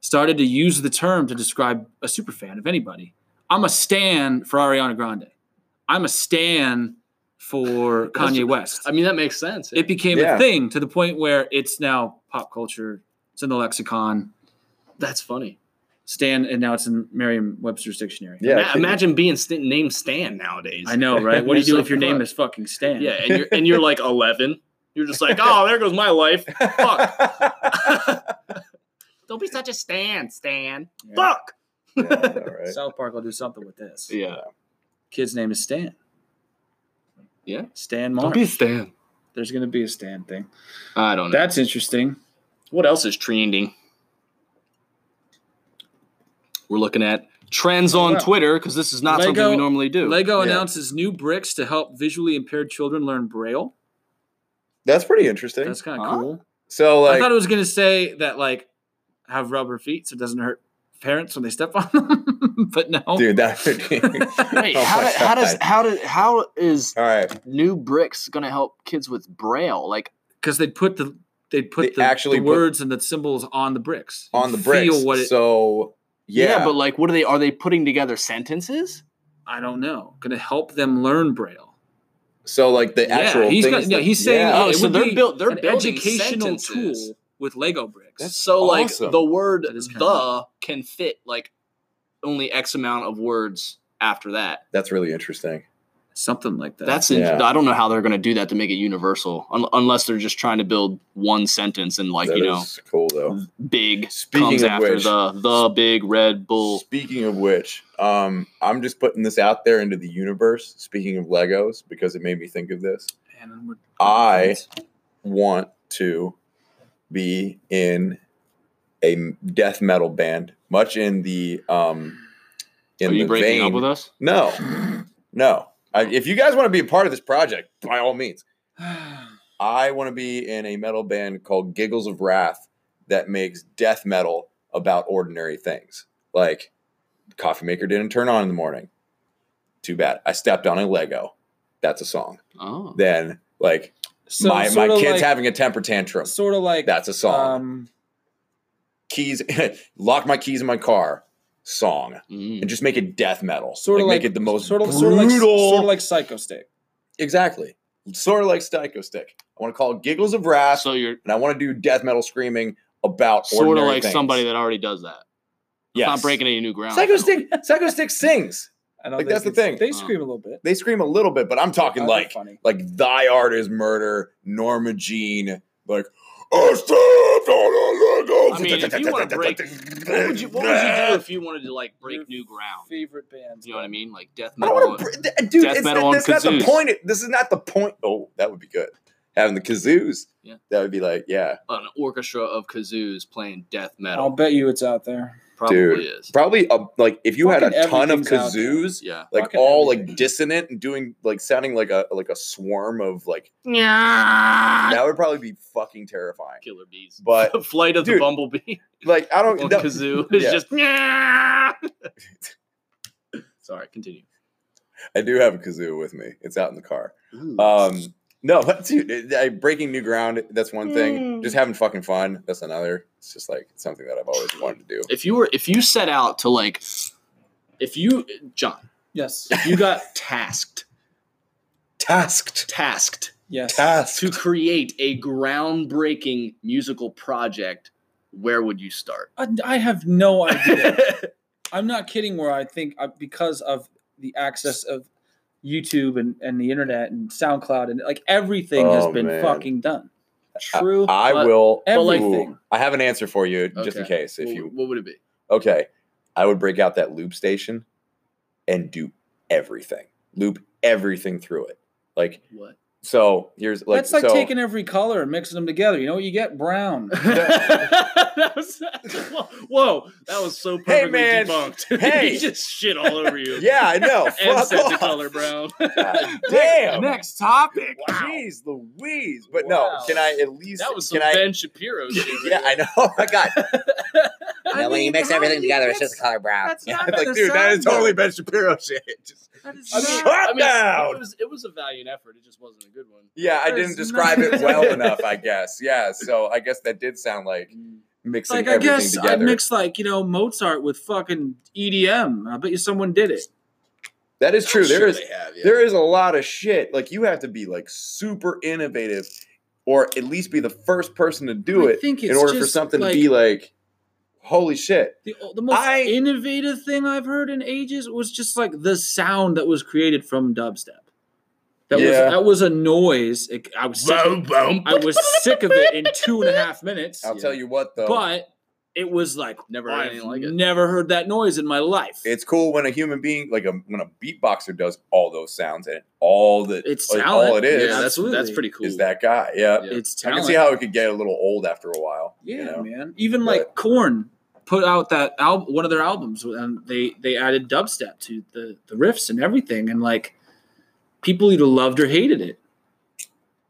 Started to use the term to describe a super fan of anybody. I'm a Stan for Ariana Grande. I'm a Stan for That's- Kanye West. I mean that makes sense. it became Yeah. a thing to the point where it's now pop culture. It's in the lexicon. That's funny. Stan, and now it's in Merriam-Webster's dictionary. Yeah, Ma- I think- imagine being st- named Stan nowadays. I know, right? What do you It's do like, if your name fuck. is fucking Stan? Yeah, and you're and you're like eleven. You're just like, oh, there goes my life. Don't be such a Stan, Stan. Yeah. Fuck. Yeah, I know, right? South Park will do something with this. yeah. Kid's name is Stan. Yeah. Stan Marsh. Stan. There's gonna be a Stan thing. I don't know. That's interesting. What else is trending? We're looking at trends on wow. Twitter because this is not Lego- something we normally do. Lego Yeah. announces new bricks to help visually impaired children learn Braille. That's pretty interesting. That's kind of Huh? cool. so I like thought it was gonna say that like have rubber feet so it doesn't hurt parents when they step on them, but no. dude, that would be Wait, Oh how, my do, how does God. how do, how is All right. new bricks gonna help kids with braille? Like because they'd put the they'd put They the, actually actually put- words and the symbols on the bricks on the You bricks. Feel what it, so yeah, yeah. but like, what are they? Are they putting together sentences? I don't know. Going to help them learn braille. so like the Yeah, actual he's things got- yeah, that- he's saying- yeah. Oh, Oh, it so would they're be built. They're An building educational sentences. tool with Lego bricks. That's- So Awesome. like the word That is kinda the can fit like only X amount of words after that. that's really interesting. Something like that. That's Yeah. I don't know how they're going to do that to make it universal, un- unless they're just trying to build one sentence and like That you know is cool though. big Speaking comes of after which- the the big Red Bull. Speaking of which, um, I'm just putting this out there into the universe. Speaking of Legos, because it made me think of this. Man, we're- I want to be in a death metal band, much in the um, in Are you the breaking vein. up with us? No, no. I, if you guys want to be a part of this project, by all means. I want to be in a metal band called Giggles of Wrath that makes death metal about ordinary things. Like coffee maker didn't turn on in the morning. Too bad. I stepped on a Lego. That's a song. Oh, Then like So my my sorta kid's like- having a temper tantrum. sort of like That's a song. Um, keys lock my keys in my car. Song. Mm. And just make it death metal. sort of Like, like make it the most sort of sort brutal of like sort of like Psycho State. Exactly. Sort of like Psycho Stick. I want to call it Giggles of Wrath. so you're and I want to do death metal screaming about sort of ordinary like things. somebody that already does that. It's Yes. not breaking any new ground. Psycho Stick. Psycho Stick sings. I don't Like, think that's the thing. it's- They Oh. scream a little bit. They scream a little bit, but I'm talking That'd be like funny. like thy art is murder, Norma Jean, like. I stepped on a Lego." I mean, if you want to break, what would, you, what would you do if you wanted to like break Your new ground? Favorite bands. You know what I mean? Like death I metal. don't want to, dude. uh, Death it's metal not, on that's not the kazoos. point. This is not the point. Oh, that would be good. Having the kazoos. Yeah. That would be like, yeah, an orchestra of kazoos playing death I'll metal. bet you it's out there. Probably Um, dude. is. probably a, like if you had a Fucking ton of everything's out there. kazoos, Yeah. like Fucking all everything. like dissonant and doing like sounding like a like a swarm of like Yeah. that would probably be fucking terrifying. Killer bees. But Flight of dude, the Bumblebee like I don't on that- kazoo is yeah. just. "Yeah." Sorry, continue. I do have a kazoo with me. It's out in the car. Um No, but dude, I, breaking new ground, that's one thing. Just having fucking fun, that's another. It's just like something that I've always wanted to do. If you were, if you set out to like, if you, John, Yes. if you got tasked, Tasked. tasked Yes. Tasked. to create a groundbreaking musical project, where would you start? I, I have no idea. I'm not kidding. Where I think I, because of the access of YouTube and, and the internet and SoundCloud and like everything has Oh, been man. fucking done. True. I but will. but like- Everything. I have an answer for you just in Okay. case. If What- you what would it be? okay, I would break out that loop station and do everything. Loop everything through it. Like What? so. Here's like That's like so, taking every color and mixing them together. You know what you get? Brown. that was, whoa, that was so perfectly Hey, man. debunked. Hey. he just shit all over you. Yeah, I know. and Fuck said the off. color brown. God Damn. Next topic. Jeez Louise. But Wow. no, can I at least? That was some can I? Ben Shapiro shit. right yeah, I know. Oh my God. I Now, when you mean, mix how everything do you together, it's mix- just color brown. That's not like, gonna dude, that is sound totally Ben Shapiro shit. Just, good. That is I not- mean- shut I mean, down. It was, it was a valiant effort. It just wasn't a good one. yeah, I That didn't is describe not- it well enough, I guess. Yeah, so I guess that did sound like mixing like I everything guess I together. mixed like you know Mozart with fucking EDM. I bet you someone did it. that is true. There Sure is they have, yeah. there is a lot of shit. Like you have to be like super innovative, or at least be the first person to do I it think in it's order for just, something to be like, holy shit. The, the most I- innovative thing I've heard in ages was just like the sound that was created from dubstep. That Yeah. was that was a noise. It- I was sick, Boom, boom. I was sick of it in two and a half minutes. I'll tell you what though, but it was like Never heard I've anything like it. never heard that noise in my life. it's cool when a human being, like a when a beatboxer, does all those sounds and all that It's like, talent. all it Yeah, is that's, absolutely. that's pretty cool. is that guy. Yeah, Yeah. it's I talent. can see how it could get a little old after a while. yeah, you know? man. Even But- like Korn put out that album, one of their albums, and they they added dubstep to the the riffs and everything, and like people either loved or hated it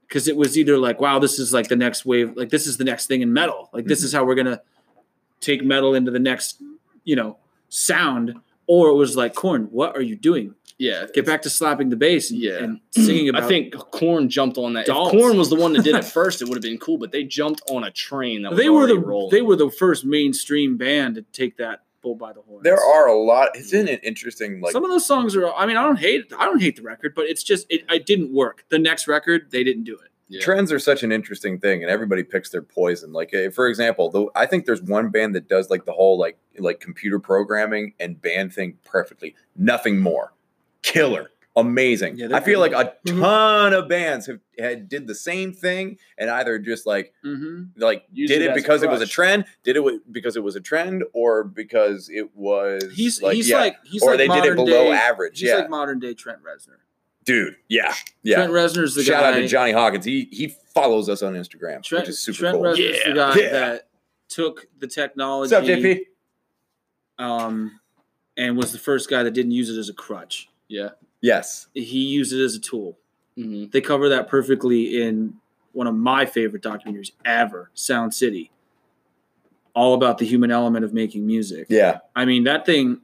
because it was either like, wow, this is like the next wave, like this is the next thing in metal, like this is how we're gonna take metal into the next, you know, sound. Or it was like, Korn, what are you doing? yeah. Get back to slapping the bass and, Yeah. and singing about. I think Corn jumped on that. Dolls. If Corn was the one that did it first, it would have been cool. But they jumped on a train that was they were already the rolling. they were the first mainstream band to take that bull by the horns. There are a lot. Isn't it interesting? Like some of those songs are. I mean, I don't hate I don't hate the record, but it's just it, it didn't work. The next record, they didn't do it. Yeah. trends are such an interesting thing, and everybody picks their poison. Like eh, for example, though, I think there's one band that does like the whole like like computer programming and band thing perfectly. Nothing more. Killer. Amazing. Yeah, I they're Mm-hmm. feel like great. a ton of bands have had, did the same thing and either just like Mm-hmm. like Used did it it as a because it was a crutch. trend, did it wi- because it was a trend, or because it was He's like, he's yeah, like he's or like they did it modern below day, average. He's yeah, like modern day Trent Reznor. dude. Yeah, yeah. Trent Reznor's the Shout guy. out to Johnny Hawkins. He he follow us on Instagram, Trent, which is super Trent cool. Reznor's Yeah. the guy Yeah. that took the technology. What's up, JP? Um, and was the first guy that didn't use it as a crutch. Yes. He used it as a tool. Mhm. They cover that perfectly in one of my favorite documentaries ever, Sound City. All about the human element of making music. Yeah. I mean, that thing,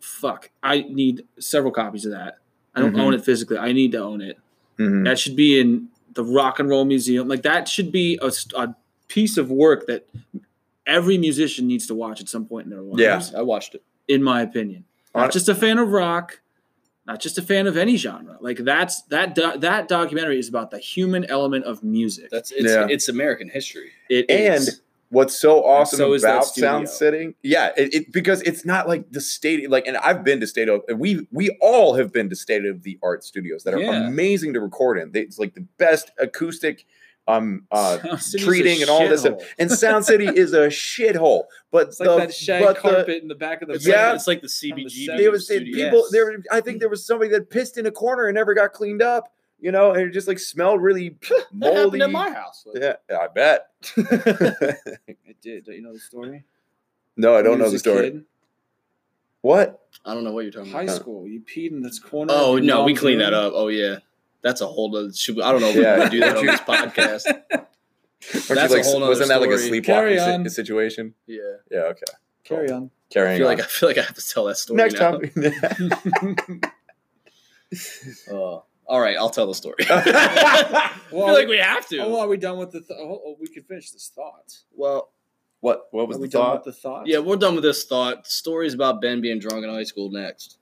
fuck, I need several copies of that. I don't Mhm. own it physically. I need to own it. Mhm. That should be in the Rock and Roll Museum. Like, that should be a, st- a piece of work that every musician needs to watch at some point in their lives, Yeah. I watched it. in my opinion. Hon- Not just a fan of rock, not just a fan of any genre. Like, that's that do- that documentary is about the human element of music. That's it's, Yeah. it's American history. It And is. What's so awesome so is that about studio. Sound City? Yeah, it, it because it's not like the state like and I've been to state of we we all have been to state of the art studios that are Yeah. amazing to record in. They- It's like the best acoustic um uh Sound City's a treating and all this stuff. shithole. and Sound City is a shithole. But It's like the, that shag but the- carpet in the back of the It's Yeah. like, it's like the the CBG. seventies. there was there- studio. people Yes. there i think there was somebody that pissed in a corner and never got cleaned up you know and it just like smelled really That moldy happened at my house. yeah i bet It did. Don't you know the story? no i don't When he know was the a story kid, what I don't know what you're talking High about. school. You peed in this corner. of Oh your no, we mom's cleaned room. that up. Oh yeah, that's a whole. Other, should we, I don't know if Yeah. we can do that on this podcast. Weren't That's a like, whole nother wasn't that like a story. sleepwalking Carry si- on. situation Yeah, yeah okay Carry on. I carrying feel on like I feel like I have to tell that story next now. topic Oh, Uh, All right, I'll tell the story. I Well, feel like we have to. oh, are we done with the? Th- oh, oh, we could finish this thought. well, What what was Are the we done thought? with the thought? yeah, we're done with this thought. Stories about Ben being drunk in high school next.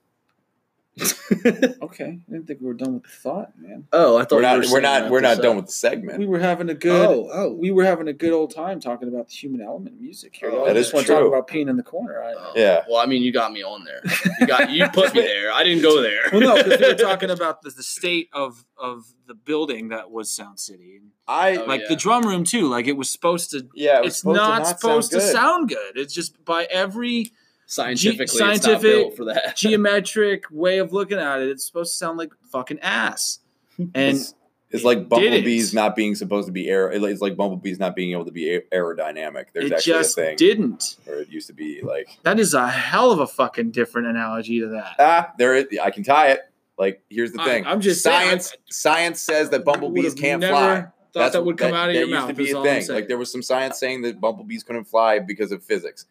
Okay. I didn't think we were done with the thought, man. oh, I thought we're we not were we're saying not wrap we're this not done up. with the segment. We were having a good. Oh, oh, We were having a good old time talking about the human element in music here. Oh, Y'all that just is want to talk true. about peeing in the corner. I, Oh, Yeah. Well, I mean, you got me on there. You got you put me there. I didn't go there. Well, no, because we were talking about the, the state of of the building that was Sound City, and I Oh, like yeah. the drum room too. Like it was supposed to. yeah, it was It's supposed to not, supposed to good. sound good. It's just by every Scientifically, it's not scientific- built for that. geometric way of looking at it, it's supposed to sound like fucking ass. And it's, it's like did it. bumblebees not being supposed to be aer- it's like bumblebees not being able to be aer- aerodynamic. There's it actually just a thing didn't. or it used to be like That is a hell of a fucking different analogy to that. ah there it, I can tie it. Like here's the I- thing. I'm just saying, science science says that bumblees Would've can't never fly. Thought that would come out of your used mouth. To be is a all I'm thing. saying. Like there was some science saying that bumblebees couldn't fly because of physics,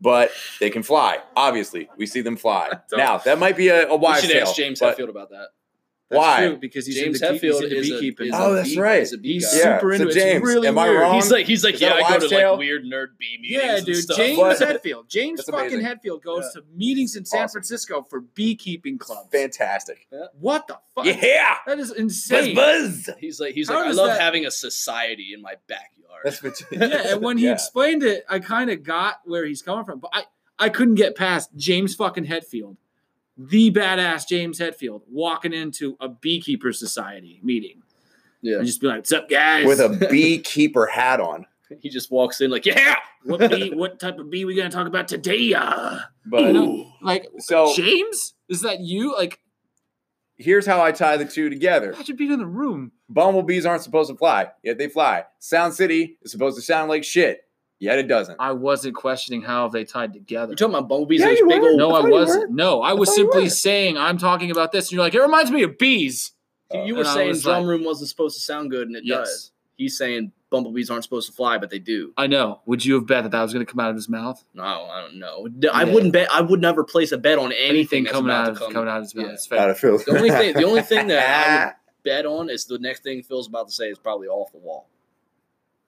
but they can fly. Obviously, we see them fly. Don't- now that might be a, a We wives should tale, ask James but Hetfield about that. That's why? true, because he's James into, Hetfield is he's into a, beekeeping. is a Oh, that's bee- right. Is a bee he's guy. Yeah. super So into it. James, It's really am I weird. wrong? He's like he's like Is that yeah, I go wives' to tale? like weird nerd bee meetings. Yeah, and dude. stuff. James But- Hetfield. James That's fucking amazing. Hetfield goes to meetings in San Awesome. Francisco for beekeeping clubs. Fantastic. What the fuck? Yeah. That is Buzz insane. buzz. He's like he's How like I does love that- having a society in my backyard. That's what you- yeah, and when he Yeah. explained it, I kind of got where he's coming from, but I I couldn't get past James fucking Hetfield, the badass James Hetfield, walking into a beekeeper society meeting yeah. and just be like, "What's up, guys? with a beekeeper hat on. He just walks in like yeah. what bee? What type of bee we gonna talk about today?" Uh? But Ooh. Like so James, is that you? Like, here's how I tie the two together. imagine being in the room. Bumblebees aren't supposed to fly, yet they fly. Sound City is supposed to sound like shit, yet it doesn't. I wasn't questioning how they tied together. You're talking about bumblebees Yeah, and you those big were. old No, I I, thought you wasn't. No, I was thought you simply were. saying I'm talking about this, and you're like, it reminds me of bees. You- you Uh, were and I saying was drum like- room wasn't supposed to sound good and it Yes. does. He's saying bumblebees aren't supposed to fly, but they do. I know. Would you have bet that that was going to come out of his mouth? No, I don't know. D- I Yeah. wouldn't bet. I would never place a bet on anything, Anything that's coming about out to of come. coming out of his mouth Yeah. is How fake. it feels. The only thing- the only thing that Bet on is the next thing Phil's about to say is probably off the wall.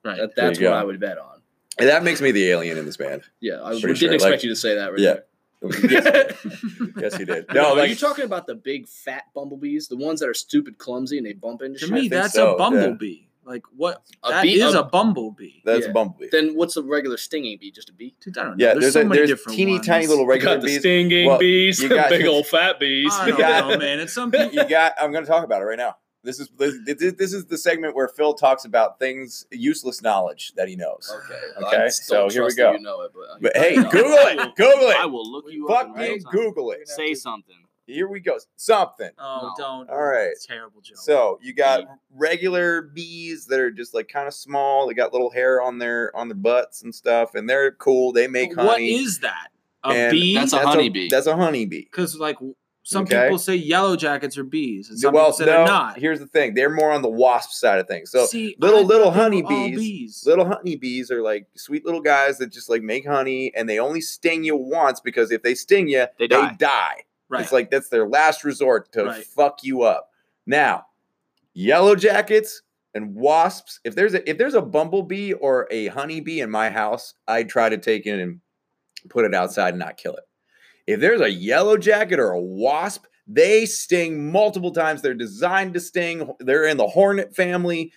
Right. That, There that's you what go. I would bet on. And that makes me the alien in this band. Yeah, I Pretty didn't sure, expect like- you to say that. Right yeah. there. yes, yes, he did. No, are like, you talking about the big fat bumblebees, the ones that are stupid, clumsy, and they bump into to shit? I me, think that's so, yeah. a bumblebee. Like what? A that bee- is a- a, bumblebee. that's yeah. a bumblebee. Then what's a regular stinging bee? Just a bee? Dude, I don't know. yeah, there's, so a many there's different teeny ones. tiny little You regular got the bees. stinging Well, bees, you the got- big old fat bees. I You don't got- know, man. It's some you people. got. I'm going to talk about it right now. This is this, this this is the segment where Phil talks about things useless knowledge that he knows. Okay. Okay, I so don't here we trust that go. You know it, but, But hey, No. Google it. Google I it. will look you up. in real Fucking time. Google it. Say something. Here we go. Something. Oh, No. don't. All right. It's a terrible joke. So you got regular bees that are just like kind of small. They got little hair on their on their butts and stuff, and they're cool. They make But what honey. is that? A and bee? That's a honeybee. That's a honeybee. Because like w- some Okay. people say yellow jackets are bees, and The- some well, people say no, they're not. here's the thing. They're more on the wasp side of things. So See, little- I thought little they were honeybees, all bees. little honeybees are like sweet little guys that just like make honey, and they only sting you once because if they sting you, They die. right. It's like that's their last resort to Right. fuck you up. Now, yellow jackets and wasps. If there's a if there's a bumblebee or a honeybee in my house, I'd try to take it and put it outside and not kill it. If there's a yellow jacket or a wasp, they sting multiple times. They're designed to sting. They're in the hornet family.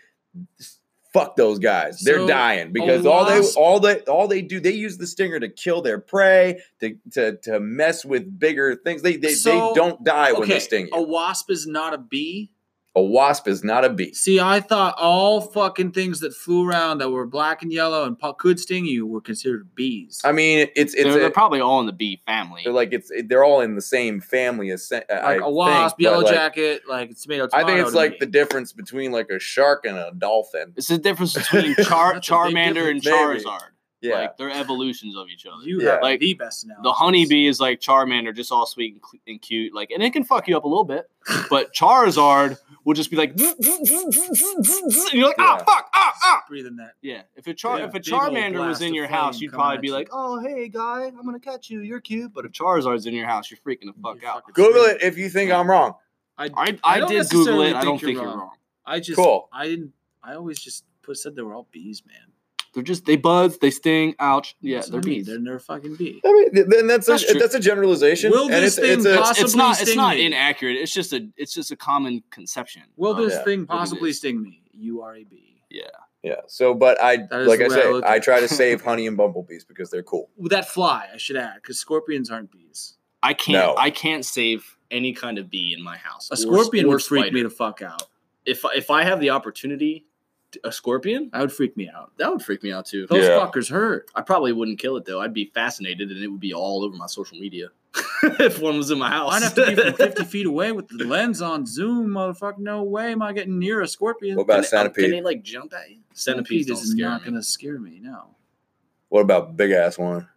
S- Fuck those guys. They're So, dying because all they wasp- all they all they do, they use the stinger to kill their prey, to to, to mess with bigger things. They they, So, they don't die when they okay, oh. sting a you. wasp is not a bee. A wasp is not a bee. See, I thought all fucking things that flew around that were black and yellow and po- could sting you were considered bees. I mean, it's it's They're, a- they're probably all in the bee family. they're like it's they're all in the same family as like like a wasp, yellow jacket, like tomato. I tomato think it's to like me. the difference between like a shark and a dolphin. it's the difference between Char- That's a big Charmander and difference, maybe. Charizard. Yeah. Like they're evolutions of each other. you yeah. have like, the best analogy. the honeybee is like Charmander, just all sweet and, cl- and cute, like, and it can fuck you up a little bit. But Charizard will just be like, and you're like, ah, Yeah. fuck, ah, ah. breathing that. Yeah, if a Char, Yeah, if a big old Charmander was blast in of your house, flame you'd coming probably at be you. like, oh hey guy, I'm gonna catch you, you're cute. But if Charizard's in your house, you're freaking the fuck You're out. fucking Google screwed. it if you think I'm wrong. I I, I I, don't did Google necessarily it. I don't think think you're you're wrong. wrong. I just Cool. I didn't I always just put said they were all bees, man. They're just they buzz, they sting, ouch. Yeah, That's they're what I mean. bees. They're never fucking bee. I mean, th- then that's, That's a, true. that's a generalization. Will and it's, this it's thing a, poss- it's- it's not. It's sting not me. inaccurate. It's just a. It's just a common conception. Will of- this Oh, yeah. thing What it possibly is. sting me? You are a bee. yeah. So, but I That is like the I way I say, look I, at it. try to save honey and bumblebees because they're cool. That fly, I should add, because scorpions aren't bees. I can't. No. I can't save any kind of bee in my house. A or- scorpion or would freak spider. me the fuck out. If if I have the opportunity, to- a scorpion That would freak me out. that would freak me out too. Those Yeah. fuckers hurt. I probably wouldn't kill it though. I'd be fascinated, and it would be all over my social media if one was in my house. I'd have to be from 50 feet away with the lens on zoom, motherfucker. No way am I getting near a scorpion. What Can about a they- um, Can centipede? they like jump at you? Centipedes Centipede don't is scare not me. going to scare me. No. What about big ass one?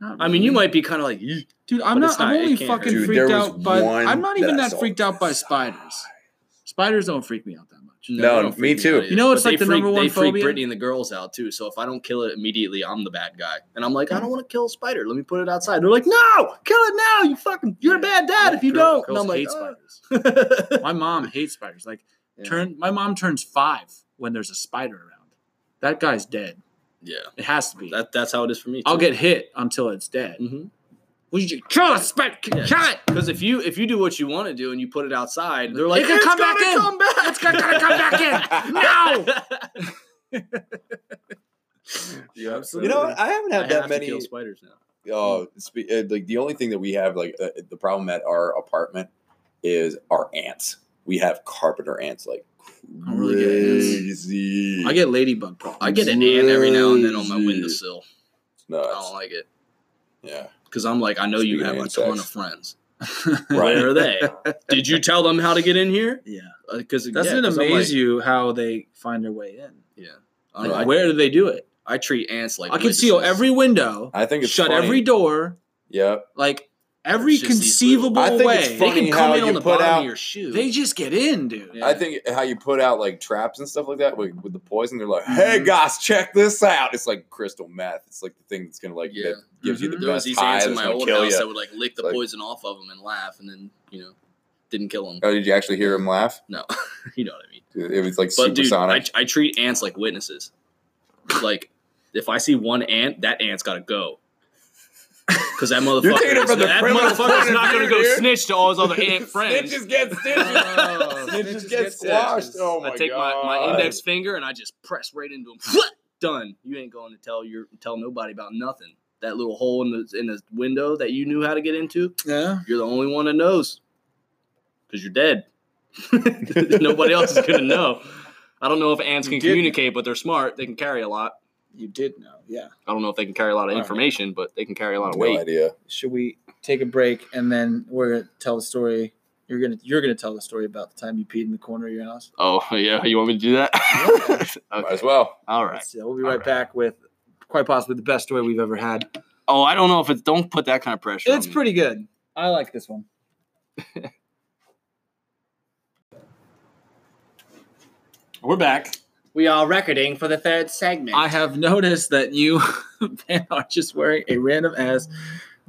Not I mean, really. you might be kind of like, "Eek." Dude, I'm but not. it's not- I'm it only can't hurt. fucking Dude, there freaked was out by. one I'm not that even I that saw freaked out by spiders. Spiders don't freak me out that much. No, they don't me freak too. out either. You know what's But like they the freak- number one They freak phobia? Brittany and the girls out too. So if I don't kill it immediately, I'm the bad guy. And I'm like, I don't want to kill a spider. Let me put it outside. They're like, No, kill it now. You fucking, you're a bad dad if you Girl- don't. and girls I'm like, hate "Uh." spiders. My mom hates spiders. Like, Yeah. turn. My mom turns five when there's a spider around. That guy's dead. yeah, It has to be. that that's how it is for me. I'll too. get hit until it's dead. Mhm. Would you kill a spider? Yeah. Kill it. Because if you if you do what you want to do and you put it outside, they're like, It can "It's come gonna back in. come back. It's gonna- gonna come back in. No!" Yeah, absolutely. You know, what? I haven't had I that have many. to kill spiders now. uh, Mm. spe- uh, like the only thing that we have, like uh, the problem at our apartment is our ants. We have carpenter ants, like I don't really get ants. crazy. I get ladybug problems. I get an ant every now and then on my Crazy. windowsill. Oh, I nuts. don't like it Yeah, because I'm like, I know you Speaking have of a ton insects. of friends. Where right. are they? Did you tell them how to get in here? Yeah. Because Doesn't it amaze you how they find their way in? Yeah. I, Oh, Like, don't know, I- where do they do it? I treat ants like I can seal witnesses. every window, I think it's shut funny. every door, Yeah, like every It's just these little- conceivable I think it's way. They funny can how come in you on the put bottom out- of your shoe. They just get in, dude. Yeah. I think how you put out like traps and stuff like that with, with the poison. They're Mm-hmm. like, "Hey guys, check this out!" It's like crystal meth. It's like the thing that's gonna like Yeah. Mm-hmm. that gives you the there was best these high ants in that's my gonna old kill house that you. would like lick the Like- poison off of them and laugh, and then you know, didn't kill them. Oh, did you actually hear him laugh? No, you know what I mean. It was like But dude, I, supersonic. I treat ants like witnesses. Like, if I see one ant, that ant's got to go. Because that motherfucker, You're taking it is- from the that criminal point motherfucker's of not going to view, go dude. snitch to all his other ant friends. Snitches get stitches. Oh, Snitches snitches get squashed. stitches. Oh my I take God. My, my index finger and I just press right into him. Done. You ain't going to tell your tell nobody about nothing. That little hole in the in the window that you knew how to get into. Yeah. You're the only one that knows because you're dead. Nobody else is going to know. I don't know if ants You can did know. communicate, but they're smart. They can carry a lot. You did know. Yeah. I don't know if they can carry a lot of Alright. information, but they can carry a lot of no weight. idea. Should we take a break and then we're gonna tell the story? You're gonna you're gonna tell the story about the time you peed in the corner of your house. Oh, yeah. You want me to do that? Might as okay. well. All right. Let's see. We'll be All right, right. back with quite possibly the best story we've ever had. Oh, I don't know if it's, don't put that kind of pressure. on It's me. pretty good. I like this one. We're back. We are recording for the third segment. I have noticed that you, Ben, are just wearing a random ass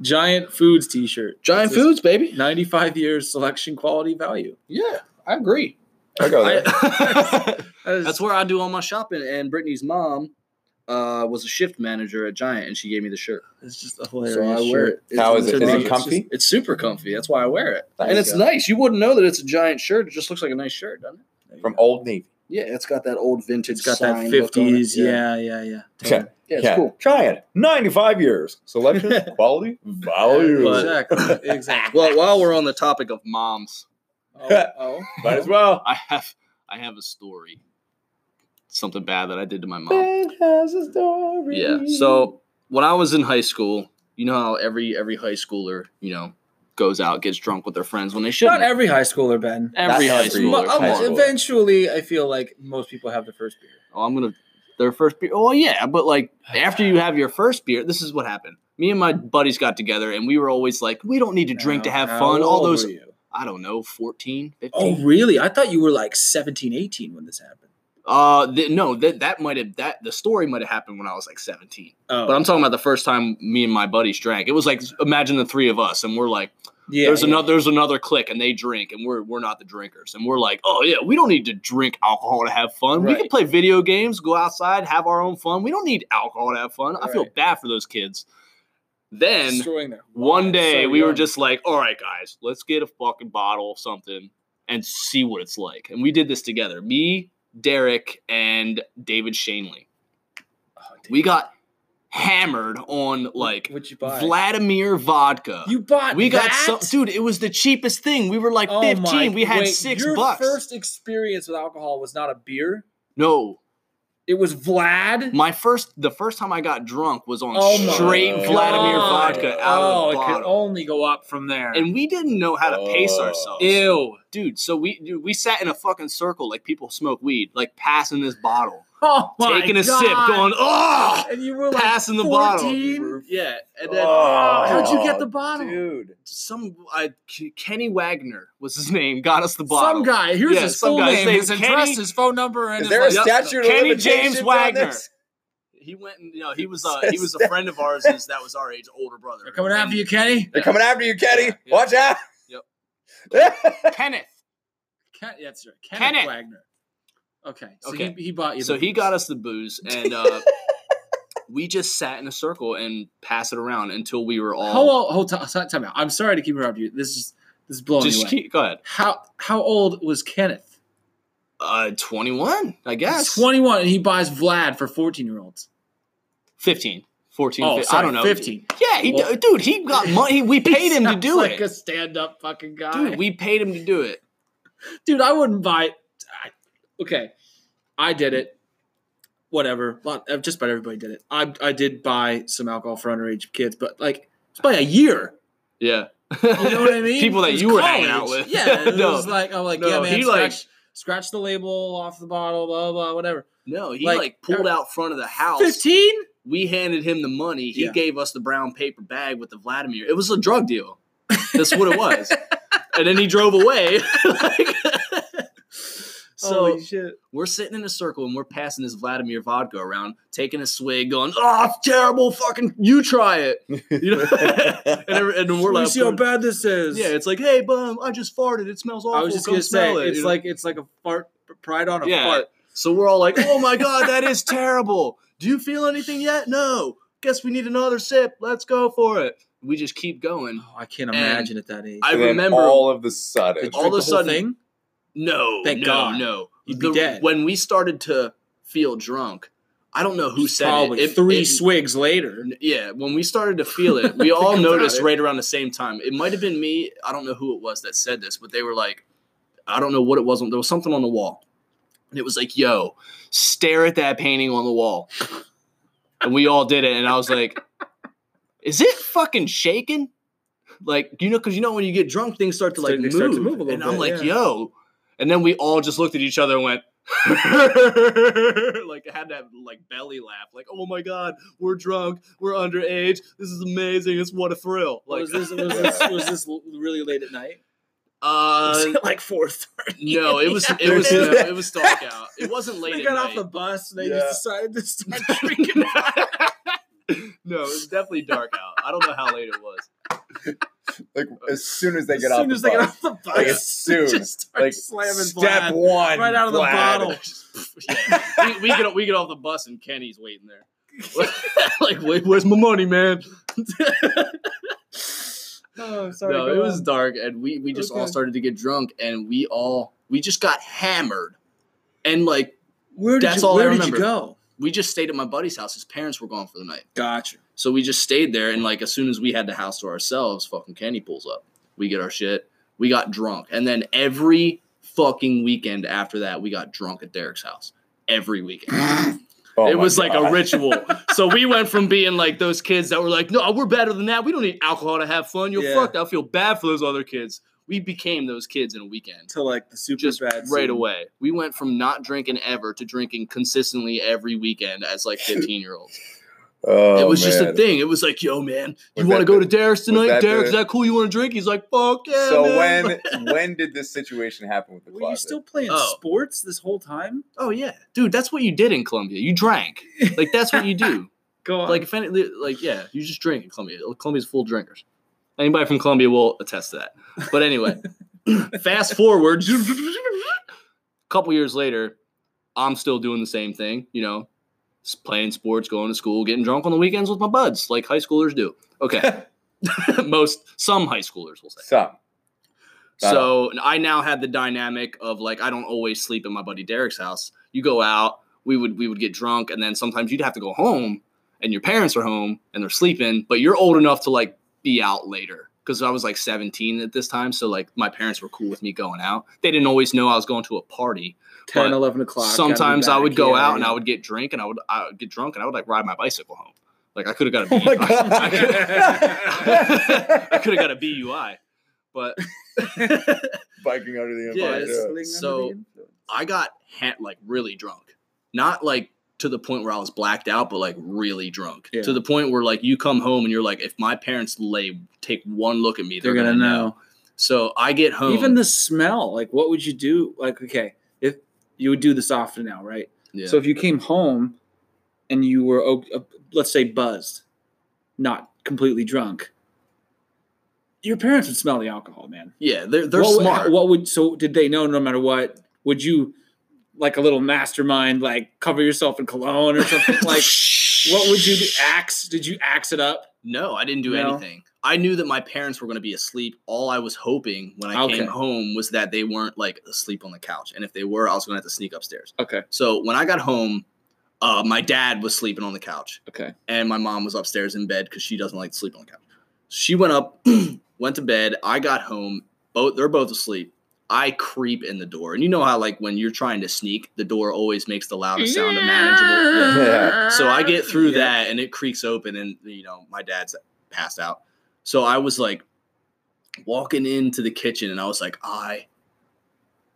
giant foods T-shirt. Giant It says, Foods, baby. Ninety-five years selection, quality, value. Yeah, I agree. I go there. I- That is- That's where I do all my shopping. And Brittany's mom uh, was a shift manager at Giant, and she gave me the shirt. It's just a So I hilarious wear shirt. it. It's How is it? Is it's it just- comfy? It's super comfy. That's why I wear it. There and you it's go. nice. You wouldn't know that it's a giant shirt. It just looks like a nice shirt, doesn't it? From Old Navy. Yeah, it's got that old vintage. It's got that sign look on it. fifties. Yeah, yeah, yeah. Yeah. yeah, it's yeah. cool. Giant. 95 years. Selection, quality, value. exactly. Exactly. Well, while we're on the topic of moms, oh, oh. Might as well. I have I have a story. Something bad that I did to my mom. Ben has a story. Yeah. So when I was in high school, you know how every every high schooler, you know, goes out, gets drunk with their friends when they shouldn't. Not every high schooler, Ben. Every Not high every schooler. high Come on. schooler. Eventually, I feel like most people have their first beer. Oh, I'm gonna their first beer. Oh yeah, but like after you have your first beer, this is what happened. Me and my buddies got together, and we were always like, we don't need to drink to How- have how fun. All old those, were you? I don't know, 14, 15. Oh, really? I thought you were like 17, 18 when this happened. Uh, th- no, that that might have that the story might have happened when I was like 17. Oh, But I'm talking about the first time me and my buddies drank. It was like imagine the three of us, and we're like, Yeah, there's yeah. another there's another clique and they drink and we're we're not the drinkers and we're like oh yeah we don't need to drink alcohol to have fun we can Right. play video games go outside have our own fun we don't need alcohol to have fun I feel Right. bad for those kids then destroying their one lives. day So we were young. just like all right guys let's get a fucking bottle of something and see what it's like and we did this together me Derek and David Shanley Oh, we got hammered on like What'd you buy? Vladimir vodka you bought we got that? so dude, it was the cheapest thing. We were like Oh my- 15. We had wait, 6 your bucks. first experience with alcohol was not a beer. no. It was Vlad. My first the first time I got drunk was on Oh my straight God. Vladimir vodka out oh, of the it could bottle. only go up from there. And we didn't know how to pace Oh. ourselves. ew. Dude, so we dude, we sat in a fucking circle like people smoke weed, like passing this bottle, Oh my taking a God. sip, going, "Oh!" and you were like passing the 14? bottle. Oh. Yeah, and then How'd you get the bottle? dude? Some uh, K- Kenny Wagner was his name, got us the bottle. Some guy. Here's Yeah, his some full guy's name, name his Kenny- address, his phone number, and Is his there a like, statute of Kenny limitations James on Wagner. this? he went and you know he was uh, he was a friend of ours his- that was our age older brother They're coming after And you, Kenny. They're coming after you, Kenny. Yeah, yeah. Watch out. Yep. Kenneth Ken, that's right. Kenneth, Kenneth. Wagner. Okay. So Okay. He, he bought you. so the he got us the booze and uh, we just sat in a circle and passed it around until we were all How old? Hold on, time, time out. I'm sorry to keep interrupting you. This is this is blowing me just away. keep, go ahead how how old was Kenneth? uh 21 i guess 21, and he buys Vlad for 14 year olds. 15 14 Oh, fif- sorry, i don't know 15. yeah he, Well- dude he got money we paid him to do like it a stand up fucking guy. dude we paid him to do it dude i wouldn't buy I, okay i did it whatever Lot- uh, just about everybody did it I, I did buy some alcohol for underage kids but like it's by a year yeah you know what i mean people It that was you were hanging out college. with yeah it no was like i'm like No, yeah man he, like- scratch, scratch the label off the bottle blah blah whatever no he like- er, like, pulled out front of the house 15 we handed him the money. He Yeah. gave us the brown paper bag with the Vladimir. It was a drug deal. That's what it was. and then he drove away. Like- so shit we're sitting in a circle and we're passing this Vladimir vodka around, taking a swig, going, "Oh, it's terrible! Fucking, you try it." You know? and, every- and we're you like, see how bad this is "Yeah, it's like, hey, bum, I just farted. It smells awful. i was just Come gonna say smell it," it's you know? like it's like a fart pride on a yeah. fart So we're all like, "Oh my god, that is terrible. Do you feel anything yet? No. Guess we need another sip. Let's go for it." We just keep going. oh, i can't imagine at that age I And then remember all of the Did all sudden. you drink of a the whole sudden- thing? no, Thank no, God. no. You'd be The- dead. When we started to feel drunk, I don't know who said probably it. It- three it- swigs later. yeah, when we started to feel it, we all Think about noticed it. right around the same time. It might have been me. I don't know who it was that said this, but they were like, I don't know what it was. There was something on the wall. And it was like, yo, stare at that painting on the wall. And we all did it. And I was like, is it fucking shaking? Like, you know, because you know, when you get drunk, things start to Start- like they move. start to move a little and I'm bit, like, yeah. yo. And then we all just looked at each other and went, like had that like belly laugh, like oh my god, we're drunk, we're underage, this is amazing, it's what a thrill. Like, was this was this was this l- really late at night? uh, like four thirty? no, it was it was Yeah. no, it was dark out. It wasn't late. They at got off night. the bus. They Yeah. just decided to start drinking. no, it was definitely dark out. I don't know how late it was. Like as soon as they as get off soon the as they get bus. off the bus, Like, as soon. just start Like slamming step Vlad one, right out of the Vlad. bottle. we, we get we get off the bus and Kenny's waiting there. like, wait, where's my money, man? Oh, sorry. No, go it was on. dark, and we we just all Okay. started to get drunk, and we all we just got hammered, and like Where did that's you, all I where did you remember. go? we just stayed at my buddy's house. His parents were gone for the night, Gotcha. so we just stayed there. And like as soon as we had the house to ourselves, fucking Kenny pulls up. We get our shit. We got drunk, and then every fucking weekend after that, we got drunk at Derek's house every weekend. Oh it my was like God. a ritual. so we went from being like those kids that were like, no, we're better than that. We don't need alcohol to have fun. You're Yeah. fucked. I feel bad for those other kids. We became those kids in a weekend. To like the super Just bad right scene. away. We went from not drinking ever to drinking consistently every weekend as like 15 year olds. Oh, it was just a man. thing. It was like, yo, man, you Was want to that go to the- Derek's tonight? that Derek, is the- that cool? You want to drink? He's like, fuck yeah. So man." when when did this situation happen with the Were you closet? still playing Oh. sports this whole time? Oh, yeah. Dude, that's what you did in Columbia. You drank. Like, that's what you do. Go on. like if any, like yeah, you just drink in Columbia. Columbia's full of drinkers. Anybody from Columbia will attest to that. But anyway, fast forward a couple years later, I'm still doing the same thing, you know, s- playing sports, going to school, getting drunk on the weekends with my buds, like high schoolers do. Okay. Most some high schoolers will say. Some. Not So I now had the dynamic of like I don't always sleep at my buddy Derek's house. You go out, we would we would get drunk, and then sometimes you'd have to go home, and your parents are home and they're sleeping, but you're old enough to like be out later because I was like 17 at this time, so like my parents were cool with me going out. They didn't always know I was going to a party. 10, But 11 o'clock. gotta be sometimes I back. would go Yeah, out and yeah. I would get drink and I would I would get drunk and I would like ride my bicycle home. Like I could have got a Oh my BUI. I could- I god. could have got a BUI, but Biking under the Yeah, influence. it's- yeah. Living under So- the influence. I got ha- like really drunk, not like to the point where I was blacked out, but like really drunk Yeah. to the point where like you come home and you're like, if my parents lay take one look at me, they're gonna know. So I get home. Even the smell. Like, what would you do? Like, okay, if you would do this often now, right? yeah. So if you came home and you were, o- uh, let's say, buzzed, not completely drunk, your parents would smell the alcohol, man. yeah, they're they're what, would- smart. What would so did they know? No matter what, would you like a little mastermind, like cover yourself in cologne or something? like, what would you do? axe? Did you axe it up? no, I didn't do No. anything. I knew that my parents were going to be asleep. All I was hoping when I Okay. came home was that they weren't like asleep on the couch, and if they were, I was going to have to sneak upstairs. Okay, So when I got home, uh, my dad was sleeping on the couch. okay. and my mom was upstairs in bed because she doesn't like to sleep on the couch. She went up, went to bed. I got home. Both they're both asleep. I creep in the door, and you know how like when you're trying to sneak, the door always makes the loudest sound imaginable. Yeah. So I get through Yeah. that, and it creaks open, and you know my dad's passed out. So I was like walking into the kitchen, and I was like, I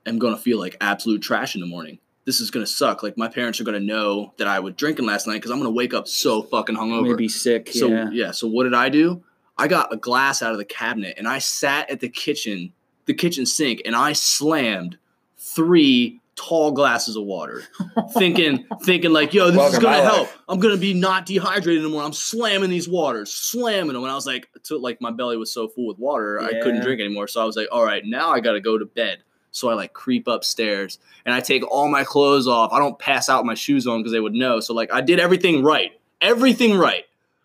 am gonna feel like absolute trash in the morning. This is gonna suck. Like my parents are gonna know that I was drinking last night because I'm gonna wake up so fucking hungover. Maybe sick. So yeah. yeah. so what did I do? I got a glass out of the cabinet and I sat at the kitchen, the kitchen sink, and I slammed three tall glasses of water, thinking, thinking like, yo, this Welcome is to gonna my help. life. I'm gonna be not dehydrated anymore. I'm slamming these waters, slamming them. And I was like, to, like my belly was so full with water, I couldn't Yeah. drink anymore. So I was like, all right, now I gotta go to bed. So I like creep upstairs and I take all my clothes off. I don't pass out with my shoes on because they would know. So like I did everything right. Everything right.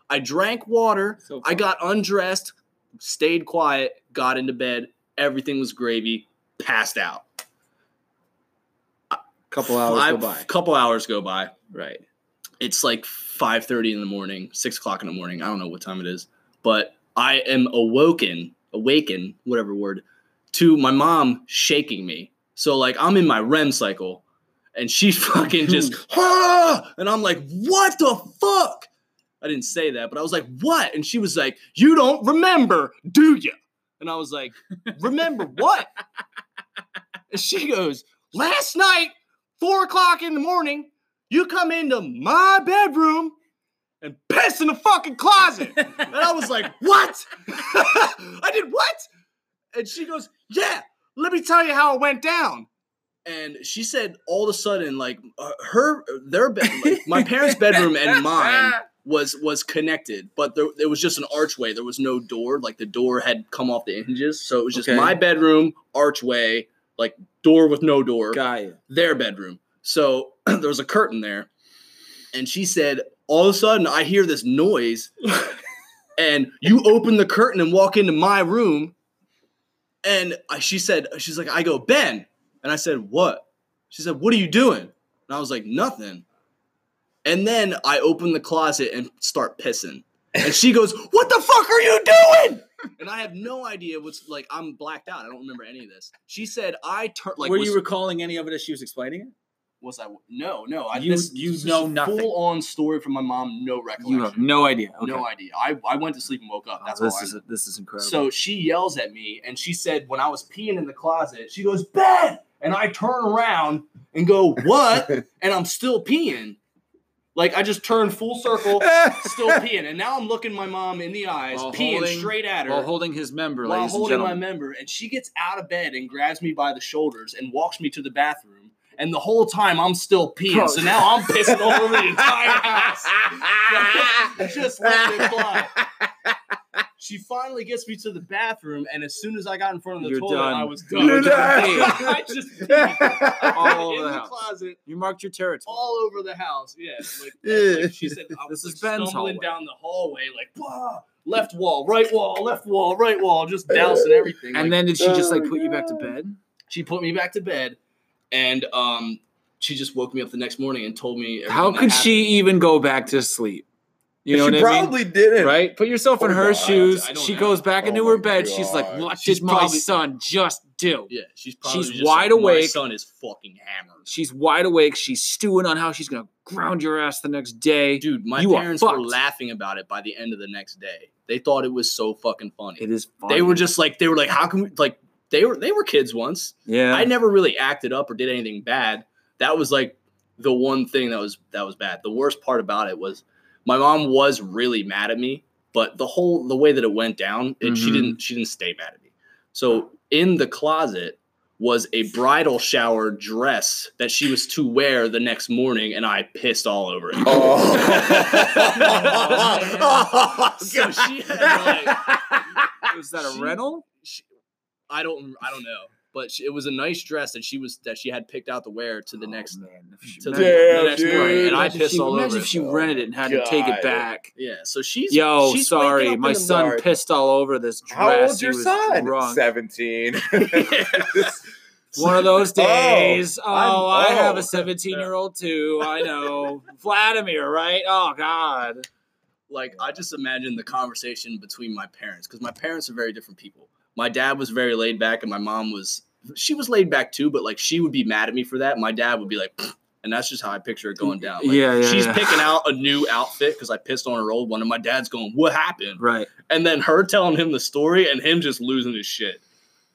I drank water. So I got undressed, stayed quiet, got into bed. Everything was gravy. Passed out. couple hours Five- go by. Couple hours go by. Right. It's like five thirty in the morning, six o'clock in the morning. I don't know what time it is, but I am awoken, awaken, whatever word, to my mom shaking me. So like I'm in my REM cycle, and she's fucking just ah! and I'm like, what the fuck? I didn't say that, but I was like, what? And she was like, you don't remember, do you? And I was like, remember what? And she goes, last night, four o'clock in the morning, you come into my bedroom and piss in the fucking closet. And I was like, what? I did what? And she goes, yeah, let me tell you how it went down. And she said, all of a sudden, like uh, her, their, bed, like, my parents' bedroom and mine was was connected, but there it was just an archway. There was no door. Like the door had come off the hinges, so it was just Okay. my bedroom archway, like door with no door, Got you. their bedroom. So there was a curtain there, and she said, all of a sudden, I hear this noise, and you open the curtain and walk into my room, and I- she said, she's like, I go Ben, and I said, what? She said, what are you doing? And I was like, nothing. And then I open the closet and start pissing. And she goes, What the fuck are you doing? And I have no idea what's like, I'm blacked out. I don't remember any of this. She said, I turned like, Were was- you recalling any of it as she was explaining it? was I? No, no. I, You- this, you this is know a nothing. Full on story from my mom. No You have recollection. no idea. Okay. No idea. I, I went to sleep and woke up. Oh, That's all. this I is know. this is incredible. So she yells at me and she said when I was peeing in the closet, she goes Ben, and I turn around and go what? and I'm still peeing. Like I just turned full circle, still peeing, and now I'm looking my mom in the eyes, While peeing holding- straight at her while holding his member, while ladies and holding my gentlemen. member, and she gets out of bed and grabs me by the shoulders and walks me to the bathroom. And the whole time I'm still peeing, Bro. so now I'm pissing all over the entire house. Just let it fly. She finally gets me to the bathroom, and as soon as I got in front of the You're toilet, done. I was You're done. done. I just All all over in the the, house. closet, You marked your territory. all over the house. Yeah, like, and, like, she said, I was This is like, Ben's stumbling hallway. down the hallway, like blah, left wall, right wall, left wall, right wall, just dousing everything. like, And then did she just like Oh, put you back to God. bed? she put me back to bed, and um, she just woke me up the next morning and told me. everything How that could happened. she even go back to sleep? You know she what I mean? probably didn't. Right? Put yourself in Oh, her God, shoes. I don't She know. goes back Oh into her my bed. She's like, God. "What She's did my probably- son just do?" Yeah, she's probably She's just wide like, My awake. son is fucking hammered. She's wide awake. She's stewing on how she's gonna ground your ass the next day. Dude, my You are parents were fucked. laughing about it by the end of the next day. They thought it was so fucking funny. It is. Funny. They were just like, they were like, how can we like? They were they were kids once. yeah. I never really acted up or did anything bad. That was like the one thing that was that was bad. The worst part about it was my mom was really mad at me, but the whole the way that it went down, it, she Mhm. didn't she didn't stay mad at me. So in the closet was a bridal shower dress that she was to wear the next morning, and I pissed all over Oh. it. Oh. So she had like was that a She- rental? she, I don't I don't know, but she, it was a nice dress that she was that she had picked out to wear to the next Oh, man. If she to the, rented Damn, the next dude. morning, and I Imagine pissed she- all imagine over. if it. she rented it and had to take it God. back. Yeah, so she's Yo, she's waking sorry, up my in the son dark. pissed all over this dress. How old's He your was son? drunk. Seventeen. One of those Oh, days. Oh, I I'm- have oh. a 17 year old too. I know. Vladimir, right? Oh, God. like I just imagine the conversation between my parents because my parents are very different people. My dad was very laid back, and my mom was she was laid back too, but like she would be mad at me for that. My dad would be like, "Pfft," and that's just how I picture it going down. Like, Mm, yeah, yeah. She's yeah. picking out a new outfit because I pissed on her old one, and my dad's going, "What happened?" Right. And then her telling him the story, and him just losing his shit.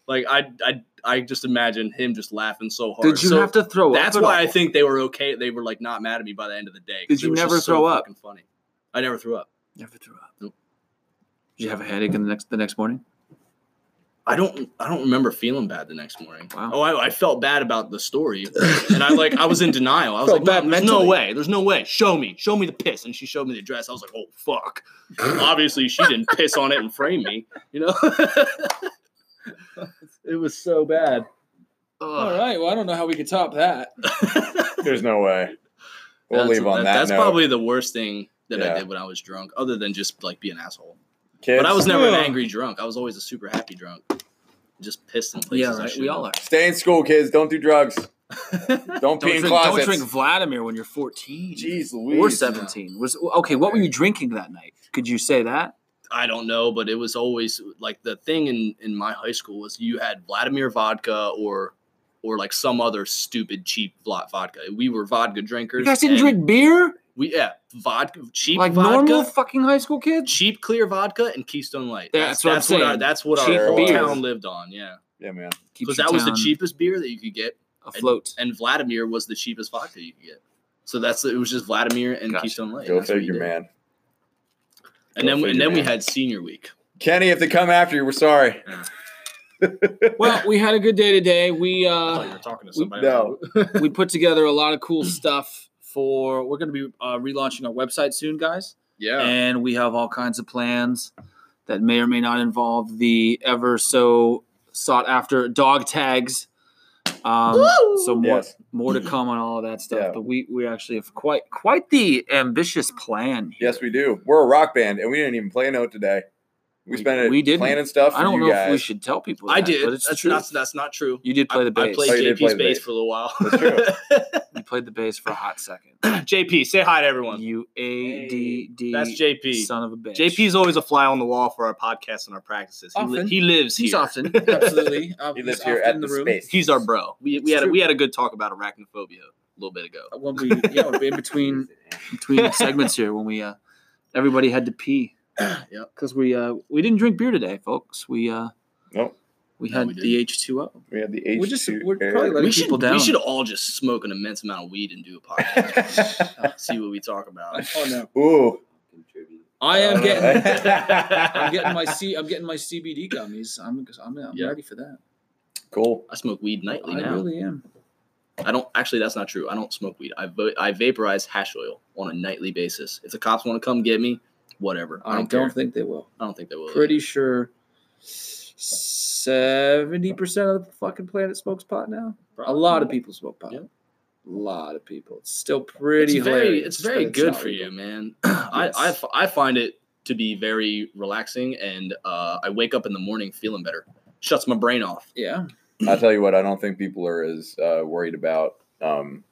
Like I, I, I just imagine him just laughing so hard. Did you So have to throw up? That's at why all? I think they were okay. They were like not mad at me by the end of the day. 'cause Did it you was never just so throw up? fucking Funny. I never threw up. Never threw up. Nope. Did you have a headache in the next the next morning? I don't. I don't remember feeling bad the next morning. Wow. Oh, I, I felt bad about the story, and I like I was in denial. I was Felt like, bad Mom, there's no mentally. way. There's no way. Show me. Show me the piss. And she showed me the dress. I was like, oh fuck. Obviously, she didn't piss on it and frame me. You know. it was so bad. All Ugh. right. Well, I don't know how we could top that. There's no way. We'll That's- leave on that. That's note. probably the worst thing that Yeah. I did when I was drunk, other than just like be an asshole. Kids, But I was never an Yeah. angry drunk. I was always a super happy drunk. Just pissed in places. Yeah, right. We all are. stay in school, kids. Don't do drugs. Don't, Don't be in drink, don't closets. drink Vladimir when you're 14 Jeez Louise. or 17. Was okay. What were you drinking that night? Could you say that? I don't know, but it was always like the thing in in my high school was you had Vladimir vodka or or like some other stupid cheap vla- vodka. We were vodka drinkers. You guys didn't and drink beer We yeah, vodka cheap like vodka, normal fucking high school kids. cheap clear vodka and Keystone Light. That's what I'm our, saying. that's what Cheap our whole beer. town lived on. Yeah, Yeah, man. because that was the cheap cheapest beer that you could get, afloat. and Vladimir was the cheapest vodka you could get. So that's it was just Vladimir and Gotcha. Keystone Light. Go That's what you figure, did. man. And then Go and then we figure, man. had senior week. Kenny, if they come after you, we're sorry. well, we had a good day today. We I thought uh, you were talking to we- somebody. No. we put together a lot of cool stuff for. We're going to be uh, relaunching our website soon, guys, Yeah. and we have all kinds of plans that may or may not involve the ever so sought after dog tags. Um, so more Yes. more to come on all of that stuff. Yeah. But we we actually have quite quite the ambitious plan. Here. Yes, we do. We're a rock band, and we didn't even play a note today. We We- spent it we didn't. planning stuff. For I don't you know guys. if we should tell people. I that, did. but it's that's true. Not, that's not true. you did play I, the bass. I played Oh, you did JP's play the bass, bass. for a little while. That's true. you played the bass for a hot second. JP, say hi to everyone. U A D D. That's JP. Son of a bitch. JP's always a fly on the wall for our podcasts and our practices. He, li- Often. he lives he's here. often Absolutely. Uh, He he's lives here often at in the, space. He's our bro. We, we had a, true. we had a good talk about arachnophobia a little bit ago. When we, yeah, we're in between. between segments here when we uh everybody had to pee yep. because we uh we didn't drink beer today, folks. We uh Nope. we No, had we didn't. the H two O. We had the H2. We're just- we're air. probably letting We Letting should, people down. we should all just smoke an immense amount of weed and do a podcast. See what we talk about. Oh no. Ooh. I am getting. I'm I'm getting my C. I'm getting my CBD gummies. I'm. I'm, I'm Yeah. ready for that. cool. I smoke weed nightly I now. really am. I don't actually. That's not true. I don't smoke weed. I va- I vaporize hash oil on a nightly basis. If the cops want to come get me, whatever. I don't, care. think they will. I don't think they will. Pretty sure seventy percent of the fucking planet smokes pot now. A lot of people smoke pot. Yeah. A lot of people. It's still pretty it's hilarious. very, it's but very good for valuable. you, man. I I, Yes. f- I find it to be very relaxing, and uh, I wake up in the morning feeling better. Shuts my brain off. Yeah. I'll tell you what, I don't think people are as uh, worried about um,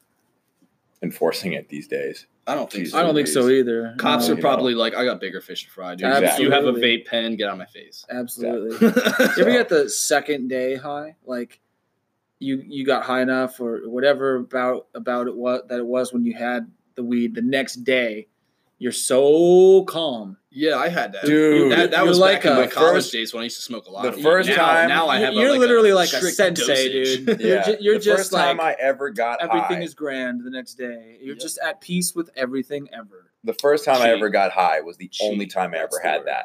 enforcing it these days. I don't think so. I don't think so either. Cops No, are probably like, I got bigger fish to fry, dude. Exactly. If you have a Absolutely. vape pen, get out of my face. absolutely. you ever get the second day high like you you got high enough or whatever about about it was that it was when you had the weed the next day you're so calm yeah, I had that. Dude. that, that You're was like back in a- my college first- days when I used to smoke a lot. the of weed. first Now- time- now Oh, I have you're like literally a like a strict sensei dosage. dude you're, ju- you're the just first like time I ever got everything high. is grand the next day you're Yep. just at peace with everything ever the first time I Cheat. ever got high was the only Cheat. time I That's ever the had word. that.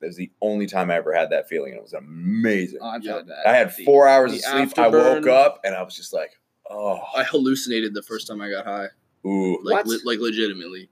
That was the only time I ever had that feeling, and it was amazing. Oh, i've Yep. had that I had Uh, The- four hours of the sleep. I woke afterburn. up and I was just like, oh, I hallucinated the first time I got high. ooh. Like, What? le- like legitimately.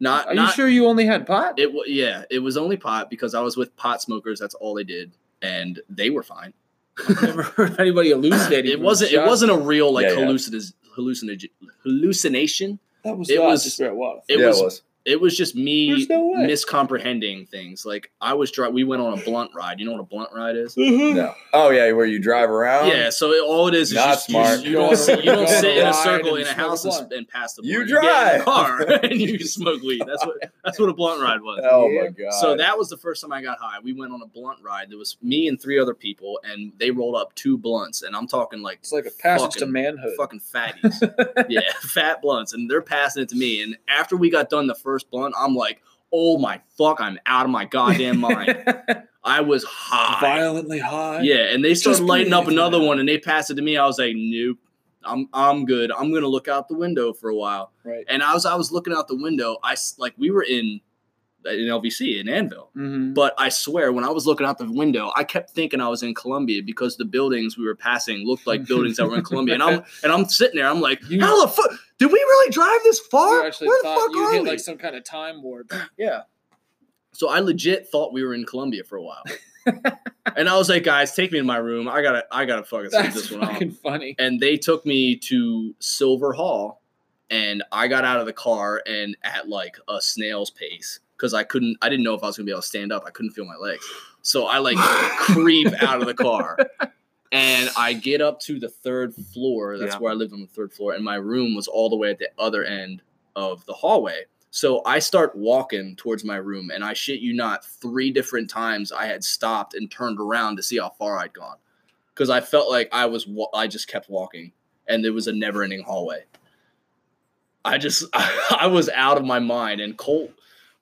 Not, are not, you sure you only had pot It wa yeah, it was only pot because I was with pot smokers. That's all they did, and they were fine. i've never heard anybody elucidating it from wasn't. It shots. wasn't a real like Yeah, yeah. hallucinas hallucinag- hallucination. That was It us. was. where it was It yeah, was. it was. It was just me There's no way. miscomprehending things. Like I was dry. We went on a blunt ride. You know what a blunt ride is? No. Oh yeah, where you drive around. yeah. So it, all it is is Not just, you- smart. You, don't. sit- You don't Go on a sit in a ride circle and in a smoke house a and, blunt. s- and pass the. You blunt. get in drive. the car and you smoke weed. That's what. That's what a blunt ride was. Oh my god. So that was the first time I got high. We went on a blunt ride. There was me and three other people, and they rolled up two blunts, and I'm talking like it's like a passage to fucking- manhood fucking fatties, yeah, fat blunts, and they're passing it to me. And after we got done the first blunt, I'm like, oh my fuck, I'm out of my goddamn mind. I was high, violently high. yeah. And they started Just lighting up breathe, another man. one, and they passed it to me. I was like, nope. I'm I'm good. I'm gonna look out the window for a while. right And as I was looking out the window, I s- like we were in uh, in LVC in Anvil, mm-hmm. but I swear, when I was looking out the window, I kept thinking I was in Colombia because the buildings we were passing looked like buildings that were in Colombia. And I'm and I'm sitting there, I'm like, You- how the fuck did we really drive this far? You Where actually the thought fuck you are hit we? like some kind of time warp. so I legit thought we were in Colombia for a while. and I was like, guys, take me to my room. I gotta I gotta fucking sleep That's this one off. fucking funny. And they took me to Silver Hall, and I got out of the car and at like a snail's pace because I couldn't, I didn't know if I was gonna be able to stand up. I couldn't feel my legs, so I like creep out of the car, and I get up to the third floor. That's Yeah. where I lived on the third floor, and my room was all the way at the other end of the hallway. So I start walking towards my room, and I shit you not, three different times I had stopped and turned around to see how far I'd gone, because I felt like I was, wa- I just kept walking, and there was a never-ending hallway. I just I was out of my mind. And Colt,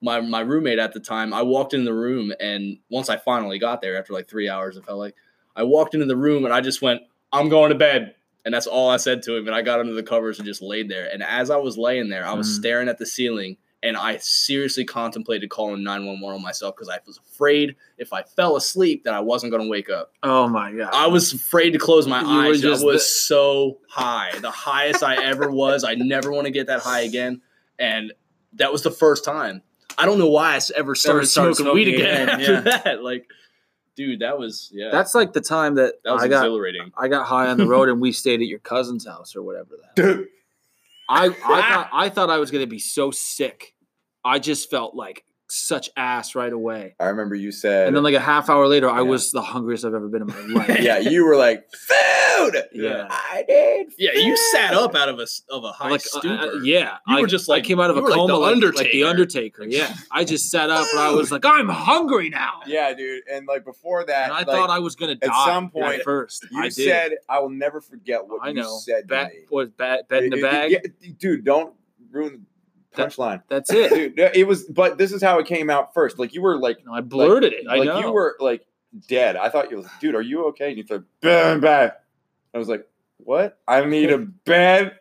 my my roommate at the time, I walked into the room and once I finally got there after like three hours, it felt like I walked into the room and I just went, I'm going to bed. And that's all I said to him. And I got under the covers and just laid there. And as I was laying there, I was Mhm. staring at the ceiling and I seriously contemplated calling 911 on myself because I was afraid if I fell asleep that I wasn't going to wake up. Oh my god. I was afraid to close my You were eyes. just I was the- so high, the highest I ever was. I never want to get that high again. And that was the first time. I don't know why I s- ever started, started smoking, weed smoking again, again, after yeah. that. Like, dude, that was yeah, That's like the time that, that was I got exhilarating. I got high on the road and we stayed at your cousin's house or whatever the hell. Dude, I, I thought I thought I was gonna be so sick. I just felt like such ass right away. I remember you said. And then like a half hour later, I Yeah. was the hungriest I've ever been in my life. yeah, you were like food. Yeah. I did. Yeah, you food." sat up out of a s- of a high Like, uh, uh, stupor. yeah, You I, were just I like- came out of you a were like the coma like the, like, the Undertaker. Undertaker. Yeah, I just sat up and I was like, I'm hungry now. Yeah, dude. And like before that, and I like, thought I was gonna die some point, at first. you I did. said, "I will never forget what I you know. said." to Bat me." was bat, bet in It- the it- bag. yeah, dude. Don't ruin the That- punchline. That's it. dude, it was. But this is how it came out first. Like you were like, No, I blurted it. I like know. you were like dead. I thought you was, dude. Are you okay? And you said, "Bam, bam." I was like, "What? I need a bed,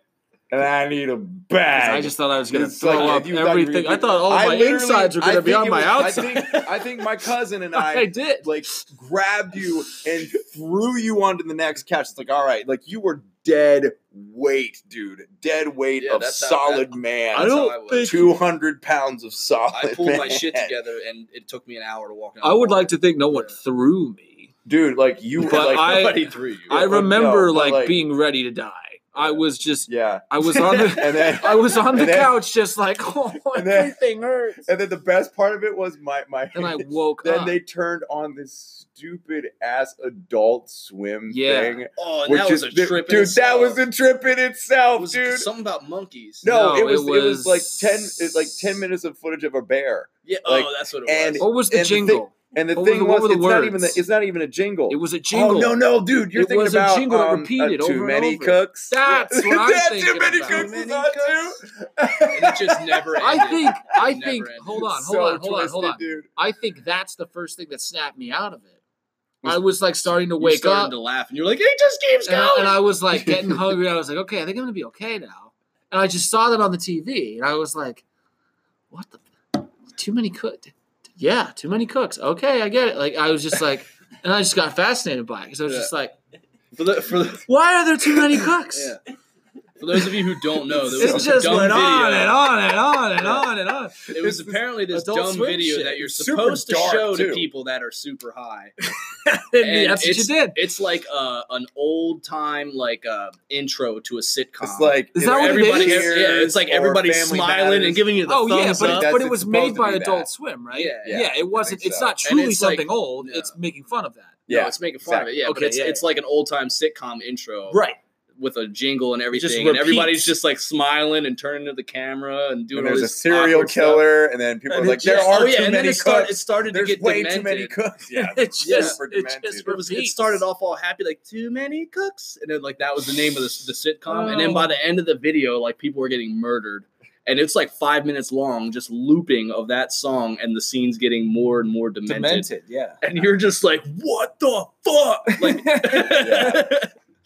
and I need a 'Cause bag." I just thought I was gonna It's throw like, up you thought you were everything. I gonna- thought all I my literally- insides were I gonna be think on it my was- outside. I think, I think my cousin and I I did. like grabbed you and threw you onto the next couch. It's like, all right, like you were dead weight, dude. Dead weight Yeah, of that's how- solid man. I don't think- two hundred pounds of solid. I pulled my man. shit together and it took me an hour to walk. I would like to think no one threw me. dude. Like you, But like I- nobody threw you. Yeah, I but remember no, but like, like- being ready to die. I was just yeah. I was on the And then I was on the And then- couch just like oh And then- everything hurts. and then the best part of it was my my. Then I woke then up. they turned on this stupid ass Adult Swim Yeah. thing, Oh, and which that was is a dude, trip. in dude. That itself. was a trip in It itself, was dude. Something about monkeys. No, No, it was it it was, like was- ten it, like ten minutes of footage of a bear. Yeah. like, oh, that's what it and- was. what was the and the thing- jingle? And the What were thing the- what was, were the it's not even the, words? it's not even a jingle. it was a jingle. Oh no, no, dude, you're It thinking was a about jingle that um, uh, repeated over too and many over. cooks. That's what I'm Yeah, thinking too many about. cooks Too is many on and it too. just never ended. I think I Never think ended. hold on, hold So on, hold on, hold twisted, on. dude. I think that's the first thing that snapped me out of it. I was like starting to You wake started up to laugh, and you're like, "It just keeps and going." I, and I was like getting hungry. I was like, okay, I think I'm gonna be okay now. And I just saw that on the TV, and I was like, what the? Too many cook. Yeah, too many cooks. Okay, I get it. Like I was just like, and I just got fascinated by it because I was Yeah. just like, for, the, for, the, why are there too many cooks? yeah. for those of you who don't know, there It was a just dumb went video. on and on and on and on and on. It was apparently this Adult dumb Swim video shit. that you're Super supposed to dark, show too. to people that are super high. And that's what you it's- did. It's like uh, an old time like uh, intro to a sitcom. It's like Is that what it everybody, is? yeah, it's like or everybody's Family smiling and Matters. giving you the Oh yeah, thumbs but, up. it, That's- but it it's was supposed made to by be that. Adult Swim, right? Yeah, yeah, yeah, it wasn't. so. It's not And truly it's like- something old. yeah. It's making fun of that, yeah, Yeah. it's making fun of it. Yeah, Exactly. but it's Okay, yeah, it's like an old time sitcom intro right? with a jingle and just everything, and everybody's repeats. just like smiling and turning to the camera and doing and all there's a this serial awkward stuff. killer, and then people And are it like, "There Yeah, are oh, yeah, too and then many it, start- cooks. it started to There's get way demented. too many cooks." Yeah, it Yeah. just, Super it just demented. It, was, it repeats. started off all happy, like too many cooks, and then like that was the name of the, the sitcom. And then by the end of the video, like people were getting murdered, and it's like five minutes long, just looping of that song, and the scenes getting more and more demented. yeah. And you're just like, what the fuck? Like, Yeah.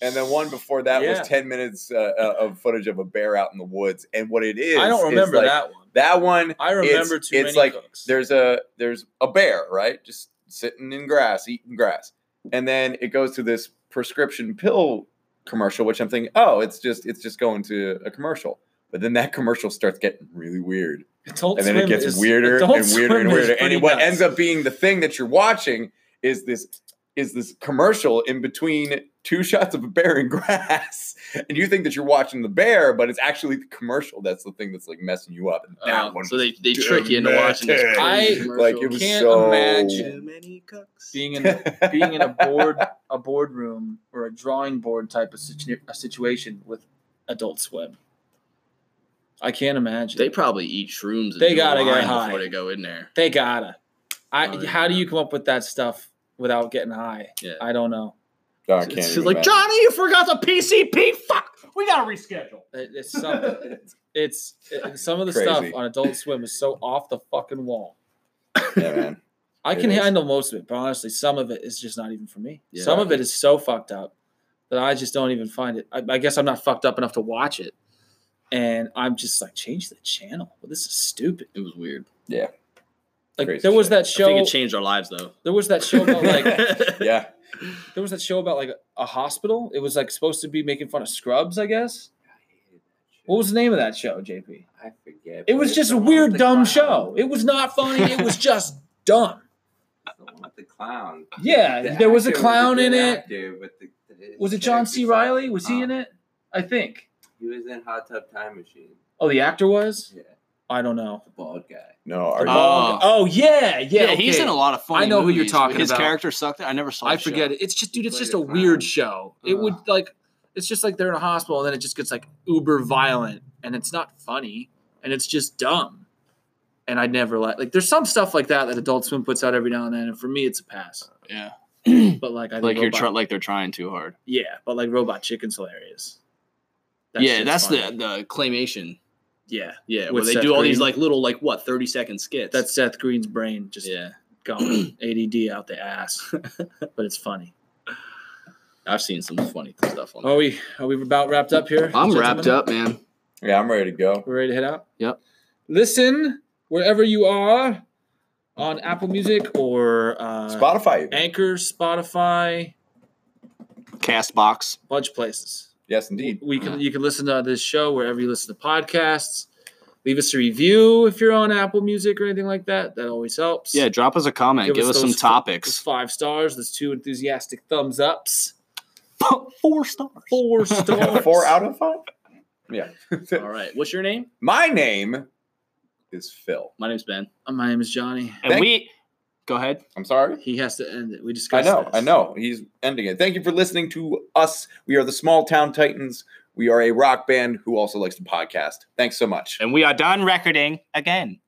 and then one before that Yeah. was ten minutes uh, uh, of footage of a bear out in the woods, and what it is, I is don't remember like- that one. That one, I remember it's, too it's many like cooks. there's a there's a bear right just sitting in grass eating grass and then it goes to this prescription pill commercial which i'm thinking oh it's just it's just going to a commercial but then that commercial starts getting really weird Adult and then it Swim gets is- weirder and Adult weirder Swim and is weirder pretty and what nuts. ends up being the thing that you're watching is this is this commercial in between two shots of a bear in grass and you think that you're watching the bear but it's actually the commercial that's the thing that's like messing you up and that Oh, one so they, they trick you into watching this. Demented. crazy I- commercial. like it was Can't so imagine. too many cooks. being in being in a board a boardroom or a drawing board type of situ- a situation with Adult Swim. I can't imagine. They probably eat shrooms. And They do gotta wine get high. before they go in there. They gotta. I Oh, yeah. how do you come up with that stuff without getting high? Yeah. I don't know. Oh, I It's- can't it's even like imagine. Johnny, you forgot the PCP. Fuck. We gotta reschedule. It- it's something. it's it- some of the stuff Crazy. on Adult Swim is so off the fucking wall. Yeah, man. I It can is. handle most of it, but honestly, some of it is just not even for me. Yeah. Some of it is so fucked up that I just don't even find it. I, I guess I'm not fucked up enough to watch it, and I'm just like, change the channel. Well, this is stupid. It was weird. Like Crazy there was shit. that I show. think it changed our lives though. There was that show about like Yeah. there was that show about like a hospital. It was like supposed to be making fun of scrubs, I guess. What was the name of that show, JP? I forget. It was just a weird, dumb show. It was not funny. It was just dumb. the clown. Yeah, there was a clown in it. Was it John C. Riley? Was Uh, Uh, he in it? it? I think. He was in Hot Tub Time Machine. Oh, the actor was. Yeah, I don't know. the bald guy. No, are you? Oh. Oh yeah, yeah. Yeah, he's okay. in a lot of funny. I know who you're movies, talking but His about. character sucked. it. I never saw. I the show. Uh-huh. forget it. It's just, dude. It's Play just the a weird clown. show. It would Ugh. like, it's just like they're in a hospital, and then it just gets like uber violent, and it's not funny, and it's just dumb. And I'd never like like. There's some stuff like that that Adult Swim puts out every now and then, and for me, it's a pass. Yeah, But like, I think like you're Robot- try- like they're trying too hard. yeah, but like Robot Chicken's hilarious. yeah, that's the the claymation. the yeah. Yeah, where With they Seth do all these Green. like little like what thirty second skits. That's Seth Green's brain just yeah. gone ADD out the ass, but it's funny. I've seen some funny stuff on. Are we are we about Oh, wrapped up here? I'm gentlemen? wrapped up, man. yeah, I'm ready to go. We're ready to head out? Yep. Listen wherever you are on Apple Music or uh, Spotify. Anchor, Spotify, Castbox. bunch of places. Yes, indeed. We can you can listen to this show wherever you listen to podcasts. Leave us a review if you're on Apple Music or anything like that. That always helps. Yeah, drop us a comment. Give, us, some those f- those topics. five stars. Those two enthusiastic thumbs ups. Four stars. Four stars. Yeah, four out of five. All right. What's your name? My name is Phil. My name's Ben. Uh, My name is Johnny. And Thank- we go ahead. I'm sorry. He has to end it. We I discussed. know, this. I know. He's ending it. Thank you for listening to us. We are the Small Town Titans. We are a rock band who also likes to podcast. Thanks so much. And we are done recording again.